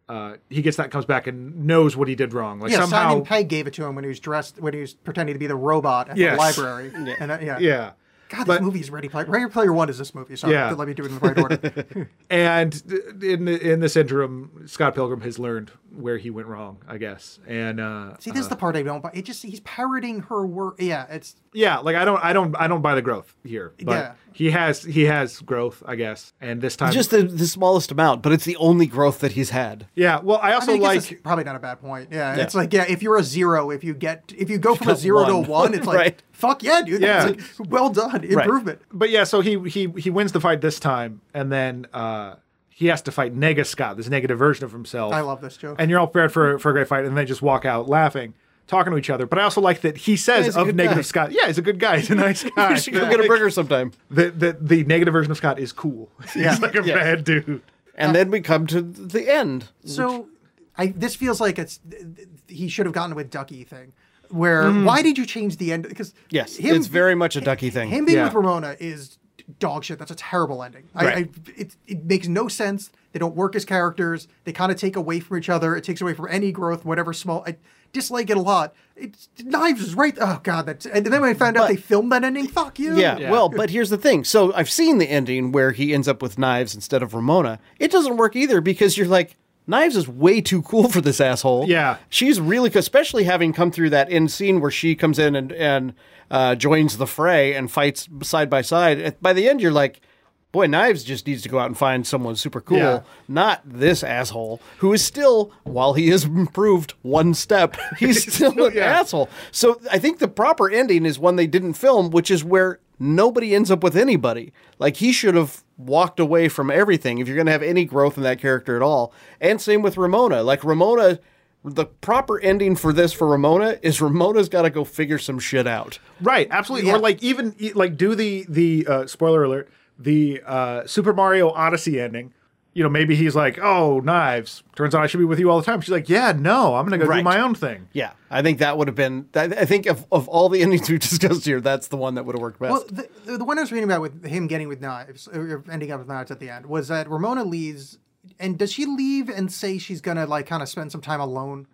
C: uh, he gets that, comes back, and knows what he did wrong. Like
A: Yeah,
C: somehow,
A: Simon Pegg gave it to him when he was dressed, when he was pretending to be the robot at
C: Yes.
A: the library. Yeah. And, uh, yeah.
C: yeah,
A: God, this
C: But-
A: movie is Ready Player. Ready Player One is this movie. Sorry,
C: Yeah.
A: let me do it in the right order.
C: and th- in the, in this interim, Scott Pilgrim has learned where he went wrong, I guess. And uh,
A: See, this is the part I don't buy. It just he's parroting her work. Yeah, it's
C: yeah, like I don't, I don't, I don't buy the growth here. But
A: Yeah.
C: he has, he has growth, I guess. And this time,
B: Just the, the smallest amount, but it's the only growth that he's had.
C: yeah. Well, I
A: I
C: also
A: mean, I guess
C: like
A: it's probably not a bad point. Yeah, it's like yeah, if you're a zero, if you get if you go from a
B: got
A: zero to a
B: one.
A: one, it's like
B: Right.
A: fuck yeah, dude.
C: Yeah.
A: It's like, well done,
C: Right.
A: improvement.
C: But yeah, so he he he wins the fight this time, and then uh, he has to fight Nega Scott, this negative version of himself.
A: I love this joke.
C: And you're all prepared for for a great fight, and they just walk out laughing, talking to each other. But I also like that he says
B: he's a
C: of
B: good
C: negative
B: guy.
C: Scott, yeah, he's a good guy, he's a nice guy.
B: We should go get a burger sometime.
C: That the, the negative version of Scott is cool.
A: Yeah.
C: he's like a
B: Yeah.
C: bad dude.
B: And then we come to the end.
A: So, I this feels like it's th- th- he should have gotten with Ducky thing. Where why did you change the end? Because
B: Mm. Yes, it's very much a Ducky thing.
A: Him being
C: Yeah.
A: with Ramona is dog shit. That's a terrible ending. I, I,
C: Right.
A: it, it makes no sense. They don't work as characters. They kind of take away from each other. It takes away from any growth, whatever small. I dislike it a lot. It's Knives is right. Oh god, that's and then when I found out they filmed that ending, fuck you.
B: Yeah,
C: Yeah.
B: well, but here's the thing. So I've seen the ending where he ends up with knives instead of Ramona. It doesn't work either because you're like, knives is way too cool for this asshole.
C: Yeah.
B: she's really, especially having come through that end scene where she comes in and and uh, joins the fray and fights side by side. At- By the end, you're like. Boy, Knives just needs to go out and find someone super cool,
C: Yeah.
B: not this asshole who is still, while he has improved one step, he's still an
C: yeah.
B: asshole asshole. So I think the proper ending is one they didn't film, which is where nobody ends up with anybody. Like he should have walked away from everything if you're going to have any growth in that character at all. And same with Ramona. Like Ramona, the proper ending for this for Ramona is Ramona's got to go figure some shit out.
C: Right, absolutely.
A: Yeah.
C: Or like even e- like do the the uh, spoiler alert the uh, Super Mario Odyssey ending. You know, maybe he's like, "Oh, knives." Turns out I should be with you all the time. She's like, "Yeah, no, I'm gonna go do
B: Right.
C: my own thing."
B: Yeah, I think that would have been. I I think of, of all the endings we've discussed here, that's the one that would have worked best.
A: Well, the, the, the one I was reading about with him getting with knives, or ending up with knives at the end, was that Ramona leaves, and does she leave and say she's gonna like kind of spend some time alone?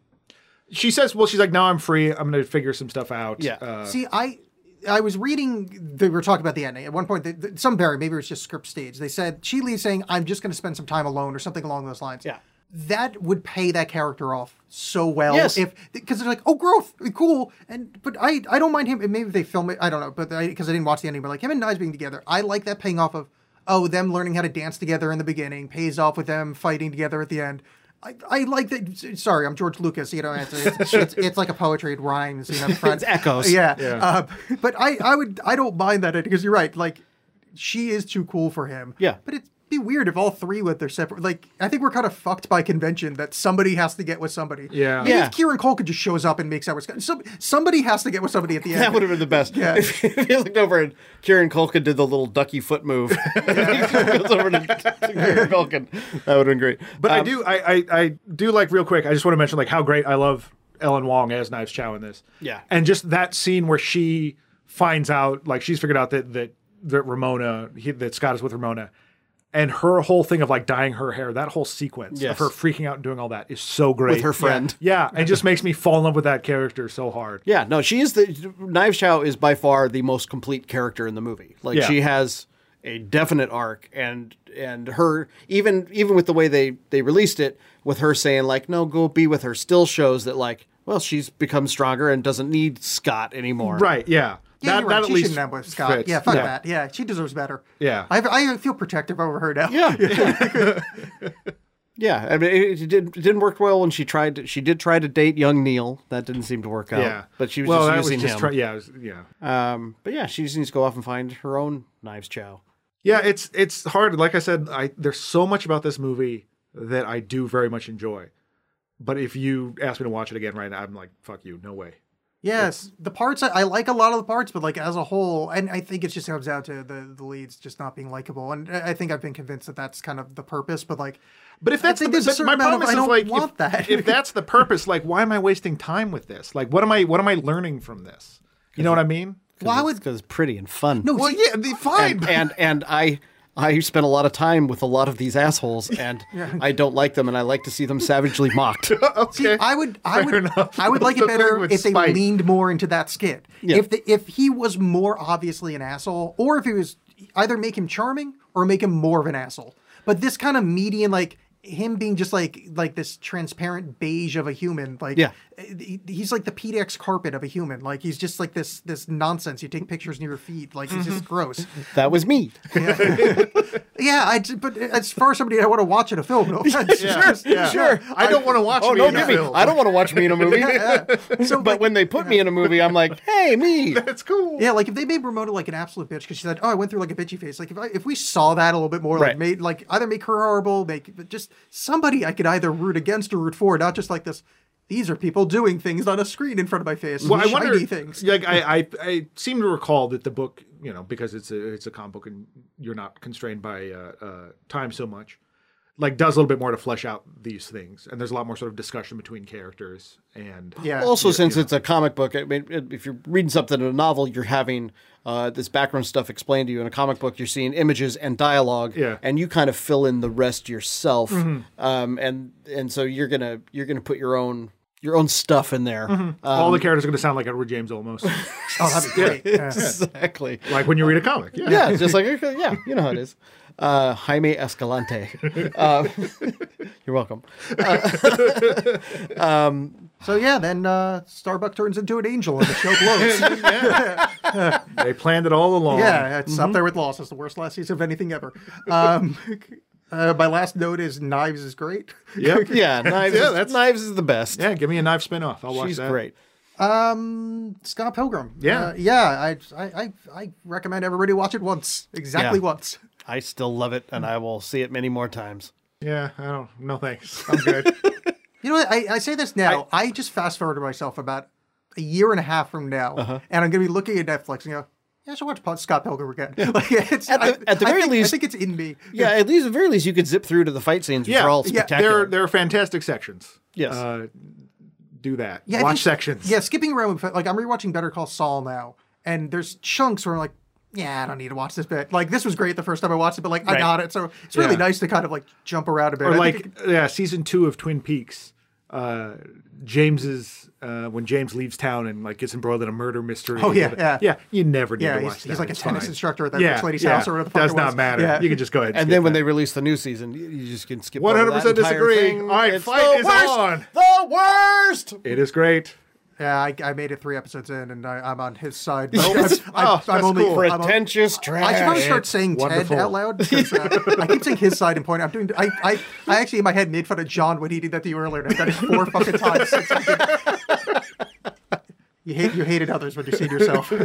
C: She says, "Well, she's like, now I'm free. I'm gonna figure some stuff out."
B: Yeah.
C: uh,
A: See, I I was reading. They were talking about the ending at one point. They, some variant, maybe it was just script stage. They said she leaves saying, "I'm just going to spend some time alone" or something along those lines.
B: Yeah.
A: That would pay that character off so well
B: Yes.
A: if because they're like, oh, growth, cool, and but I I don't mind him. And maybe they film it. I don't know, but because I, didn't watch the ending, but like him and Knives being together, I like that paying off of oh them learning how to dance together in the beginning pays off with them fighting together at the end. I, I like that. Sorry, I'm George Lucas. You know, it's, it's, it's, it's like a poetry. It rhymes. You know, front.
B: It's echoes.
A: Yeah. Uh, but I, I would, I don't mind that because you're right. Like, she is too cool for him.
B: Yeah.
A: But it'd be weird if all three went their separate. Like, I think we're kind of fucked by convention that somebody has to get with somebody.
C: Yeah.
A: Maybe
B: Yeah.
A: If Kieran Culkin just shows up and makes out with Scott- some, somebody has to get with somebody at the end.
B: That would have been the best.
A: Yeah.
B: If, if he looked over and Kieran Culkin did the little ducky foot move, he goes over to, to Kieran Culkin. That would have been great.
C: but I
B: Um,
C: do, I, I, I do like real quick. I just want to mention like how great I love Ellen Wong as Knives Chow in this.
B: Yeah.
C: and just that scene where she finds out, like she's figured out that that that Ramona, he, that Scott is with Ramona, and her whole thing of like dyeing her hair, that whole sequence
B: Yes.
C: of her freaking out and doing all that is so great
B: With her friend.
C: Yeah, yeah it just makes me fall in love with that character so hard.
B: Yeah, no, she is the Knives Chow is by far the most complete character in the movie. Like
C: Yeah.
B: she has a definite arc, and and her even even with the way they they released it, with her saying like no, go be with her, still shows that like well she's become stronger and doesn't need Scott anymore.
C: Right. Yeah.
A: Yeah,
C: that
A: you're
C: that
A: right.
C: at
A: she
C: least
A: shouldn't have with Scott.
C: fits.
A: Yeah, fuck that. Yeah, she deserves better.
C: Yeah.
A: I, I feel protective over her now.
B: Yeah. Yeah, I mean, it, it, did, it didn't work well when she tried. To, she did try to date young Neil. That didn't seem to work out.
C: Yeah.
B: but she was
C: well,
B: just
C: that
B: using
C: was just
B: him.
C: try- yeah. it was- yeah.
B: um, but yeah, she just needs to go off and find her own knives chow.
C: Yeah, it's it's hard. Like I said, I there's so much about this movie that I do very much enjoy. But if you ask me to watch it again right now, I'm like, fuck you, no way.
A: Yes, the parts I, I like a lot of the parts, but like as a whole, and I think it just comes down to the the leads just not being likable, and I I think I've been convinced that that's kind of the purpose. But like,
C: But if
A: I
C: that's the
A: think there's a
C: but
A: certain
C: my
A: amount of,
C: problem is,
A: I
C: is
A: don't
C: like
A: want
C: if,
A: that.
C: if that's the purpose, like why am I wasting time with this? Like what am I what am I learning from this? You know what I mean?
A: why would
B: because it's pretty and fun.
A: no?
C: Well,
A: see,
C: yeah, the- fine.
B: and
C: but-
B: and, and I I spent a lot of time with a lot of these assholes, and I don't like them, and I like to see them savagely mocked.
A: See, I would, I
C: Fair
A: would,
C: enough.
A: I would like it
C: Something
A: better
C: with
A: if they
C: spite.
A: leaned more into that skit.
B: Yeah.
A: If the, if he was more obviously an asshole, or if he was either make him charming or make him more of an asshole. But this kind of median, like him being just like like this transparent beige of a human, like
B: Yeah.
A: he- he's like the PDX carpet of a human. Like he's just like this this nonsense. You take pictures near your feet, like he's just gross.
B: that was me.
A: Yeah, I d- but as far as somebody I want to watch in a film, no offense.
B: sure.
C: I don't want to watch.
B: Oh,
C: me
B: no,
C: in a
B: give me.
C: film.
B: I don't want to watch me in a movie.
A: So,
B: But
A: like,
B: when they put me in a movie, I'm like, hey, me.
C: That's cool.
A: Yeah, like if they made Ramona like an absolute bitch because she said, "Oh, I went through like a bitchy phase." Like if I, if we saw that a little bit more, like
B: Right.
A: made like either make her horrible, make but just somebody I could either root against or root for, not just like this. These are people doing things on a screen in front of my face.
C: Well, I
A: shiny
C: wonder.
A: things.
C: Like I, I, I seem to recall that the book, you know, because it's a it's a comic book and you're not constrained by uh, uh, time so much, like does a little bit more to flesh out these things, and there's a lot more sort of discussion between characters and
A: Yeah.
B: Also, since it's a comic book, I mean, it- if you're reading something in a novel, you're having uh, this background stuff explained to you. In a comic book, you're seeing images and dialogue,
C: Yeah. Mm-hmm.
B: and you kind of fill in the rest yourself. Um, and and so you're gonna you're gonna put your own your own stuff in there. Uh,
A: um,
C: all the characters are going to sound like Edward James Olmos,
A: oh, that'd be great. Yeah.
B: Exactly.
C: like when you read a comic. Yeah.
B: yeah, it's just like okay, yeah, you know how it is. Uh, Jaime Escalante, uh, you're welcome.
A: So yeah, then uh, Starbuck turns into an angel and the show blows.
C: They planned it all along.
A: Yeah, it's up there with Lost. It's the worst last season of anything ever. Um, uh, my last note is Knives is great.
C: Yeah.
B: Yeah, knives.
C: Yeah,
B: is,
C: that's-
B: knives is the best.
C: Yeah, give me a knife spin-off. I'll watch
B: She's
C: that.
B: great.
A: Um, Scott Pilgrim.
C: Yeah.
A: Uh, yeah. I, I, I, I recommend everybody watch it once, exactly
B: Yeah.
A: once.
B: I still love it, and I will see it many more times.
C: Yeah, I don't. No thanks. I'm good.
A: You know, what? I, I say this now. I, just fast forward to myself about a year and a half from now, and I'm gonna be looking at Netflix and go, "Yeah, I should watch Pil- Scott Pilgrim again." Like, it's,
B: At the-
A: I,
B: at the
A: I
B: very
A: think-
B: least-
A: I think it's in me.
B: Yeah, at least at very least you could zip through to the fight scenes, which
C: yeah,
B: are all
A: yeah,
B: spectacular.
C: there, are, there are fantastic sections.
B: Yes.
C: Uh, do that.
A: Yeah, I
C: Watch
A: think-
C: sections.
A: Yeah, skipping around. With, like I'm rewatching Better Call Saul now, and there's chunks where I'm like, "Yeah, I don't need to watch this bit." Like this was great the first time I watched it, but like I
B: Right.
A: got it, so it's really
C: Yeah.
A: nice to kind of like jump around a bit.
C: or
A: I think
C: like yeah, season two of Twin Peaks. Uh, James's uh, when James leaves town and like gets embroiled in a murder mystery.
A: Oh, yeah,
C: yeah,
A: yeah.
C: You never need
A: Yeah,
C: to watch
A: he's,
C: that.
A: he's like a
C: It's
A: tennis
C: fine.
A: instructor at that
C: yeah,
A: rich lady's
C: yeah.
A: house or whatever the fuck
C: Does
A: it
C: not
A: was.
C: matter.
A: Yeah.
C: You can just go ahead.
B: and then when they release the new season, you- you just can skip. over that
C: 100%
B: entire
C: disagree.
B: thing.
C: All right, fight is on.
B: The worst.
C: they it is great.
A: Yeah, I, I made it three episodes in, and I, I'm on his side.
C: that's-
A: I,
C: oh, that's cool.
A: I'm on-
B: Pretentious trash.
A: I should probably start saying
C: Wonderful.
A: Ted out loud. Because, uh, I keep saying his side and point. I'm doing. I, I, I actually in my head made fun of John when he did that to you earlier. And I've done it four fucking times. Since I did it. you hate you hated others when you seen yourself.
C: All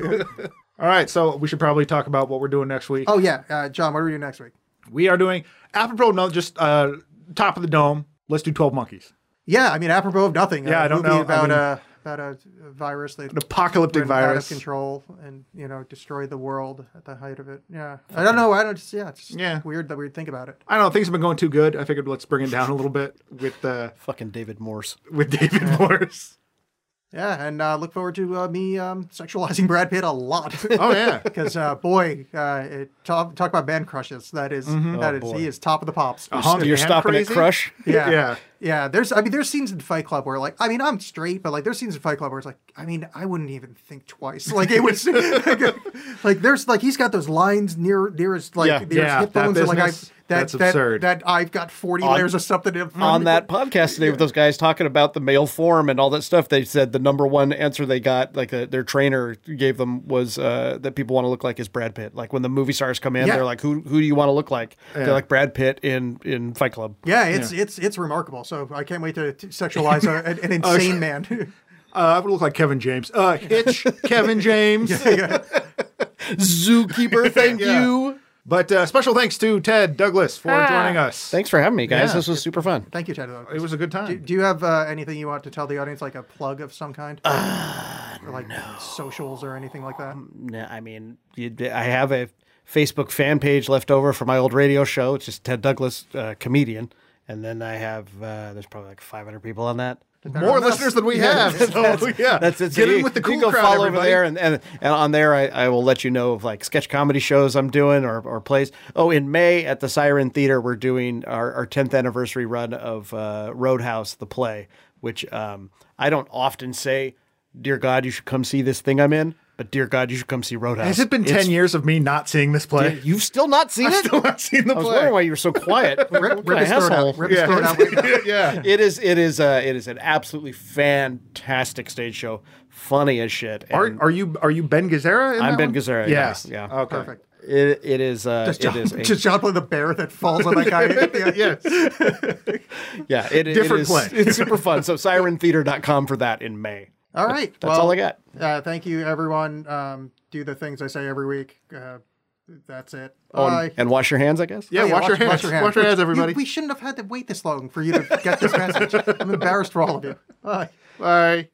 C: right, so we should probably talk about what we're doing next week.
A: oh yeah, uh, John, what are we doing next week?
C: We are doing apropos, no, just uh, top of the dome. Let's do Twelve Monkeys,
A: Yeah, I mean apropos of nothing.
C: Yeah,
A: uh,
C: I don't
A: movie
C: know. I
A: about
C: mean-
A: uh, about a virus that
C: an apocalyptic
A: ran out of
C: virus.
A: control and you know destroyed the world at the height of it. Yeah, I don't know. I don't. Yeah, it's just
C: Yeah.
A: weird that we think about it.
C: I don't know. Things have been going too good. I figured let's bring it down a little bit with uh,
B: Fucking David Morse.
C: with David Morse.
A: Yeah, and uh, look forward to uh, me um, sexualizing Brad Pitt a lot.
C: Oh yeah,
A: Because uh, boy, uh, it, talk, talk about band crushes. That is- that
C: Mm-hmm.
B: Oh,
A: is-
B: boy.
A: he is top of the pops.
C: Hung
B: You're
C: and
B: stopping
C: crazy?
B: at Crush.
A: Yeah.
C: yeah.
A: yeah, There's, I mean, there's scenes in Fight Club where, like, I mean, I'm straight, but like, there's scenes in Fight Club where it's like, I mean, I wouldn't even think twice. Like it was, like, there's like he's got those lines near near his like
B: Yeah.
A: near
C: Yeah,
A: his hip
C: that
A: bones. and, like I
C: business,
A: that,
C: that's
A: that,
C: absurd.
A: That I've got 40 layers of something in
B: on that podcast today with those guys talking about the male form and all that stuff. They said the number one answer they got, like uh, their trainer gave them, was uh, that people want to look like is Brad Pitt. Like when the movie stars come in,
A: Yeah.
B: they're like, "Who who do you want to look like?"
C: Yeah.
B: They're like Brad Pitt in in Fight Club.
A: Yeah, it's it's it's remarkable. So I can't wait to, to sexualize a, an, an insane man.
C: Uh, I would look like Kevin James. Uh, Hitch, Kevin James.
B: Zookeeper, thank
C: Yeah.
B: you.
C: But uh, special thanks to Ted Douglas for joining us.
B: Thanks for having me, guys.
C: Yeah.
B: This was super fun.
A: Thank you, Ted.
C: It was a good time.
A: Do, do you have uh, anything you want to tell the audience, like a plug of some kind,
C: Uh,
A: or like socials or anything like that?
B: Nah, I mean, you, I have a Facebook fan page left over for my old radio show. It's just Ted Douglas, uh, comedian, and then I have uh, there's probably like 500 people on that.
C: More listeners than we have. so, yeah,
B: That's it. So
C: Get
B: you,
C: in with the
B: you
C: cool
B: go
C: crowd,
B: follow over
C: everybody.
B: there, and, and and on there, I, I will let you know of like sketch comedy shows I'm doing or, or plays. Oh, in May at the Siren Theater, we're doing our, our 10th anniversary run of uh, Roadhouse, the play, which um, I don't often say, "Dear God, you should come see this thing I'm in," but dear God, you should come see Roadhouse.
C: Has it been
B: It's-
C: ten years of me not seeing this play?
B: You've still not seen it.
C: Still not seen the
B: I was
C: play.
B: wondering why you were so quiet. What
A: Rip, rip
B: kind of
A: his throat
B: asshole?
A: out. Rip his throat out.
C: yeah.
B: It is. It is. Uh, it is an absolutely fantastic stage show. Funny as shit. and
C: Are, are you are you Ben Gazzara? in
B: I'm
C: that
B: Ben
C: one?
B: Gazzara.
C: Yeah. Uh,
B: Yes. Yeah.
C: Okay.
A: Perfect.
B: It, it is. Uh,
A: Does
B: it
A: John,
B: is. A,
A: does John play the bear that falls on that guy?
C: yes.
B: yeah. It, it
C: different
B: is-
C: play.
B: It's super fun. So sirentheater.com for that in May.
A: All right.
B: That's
A: well,
B: all I got.
A: Uh, thank you, everyone. Um, do the things I say every week. Uh, that's it.
B: Oh,
A: Bye.
B: and, and wash your hands, I guess.
C: Yeah.
A: Oh,
C: wash, your hands. Wash your hands, everybody.
A: You- we shouldn't have had to wait this long for you to get this message. I'm embarrassed for all of you. Bye.
C: Bye.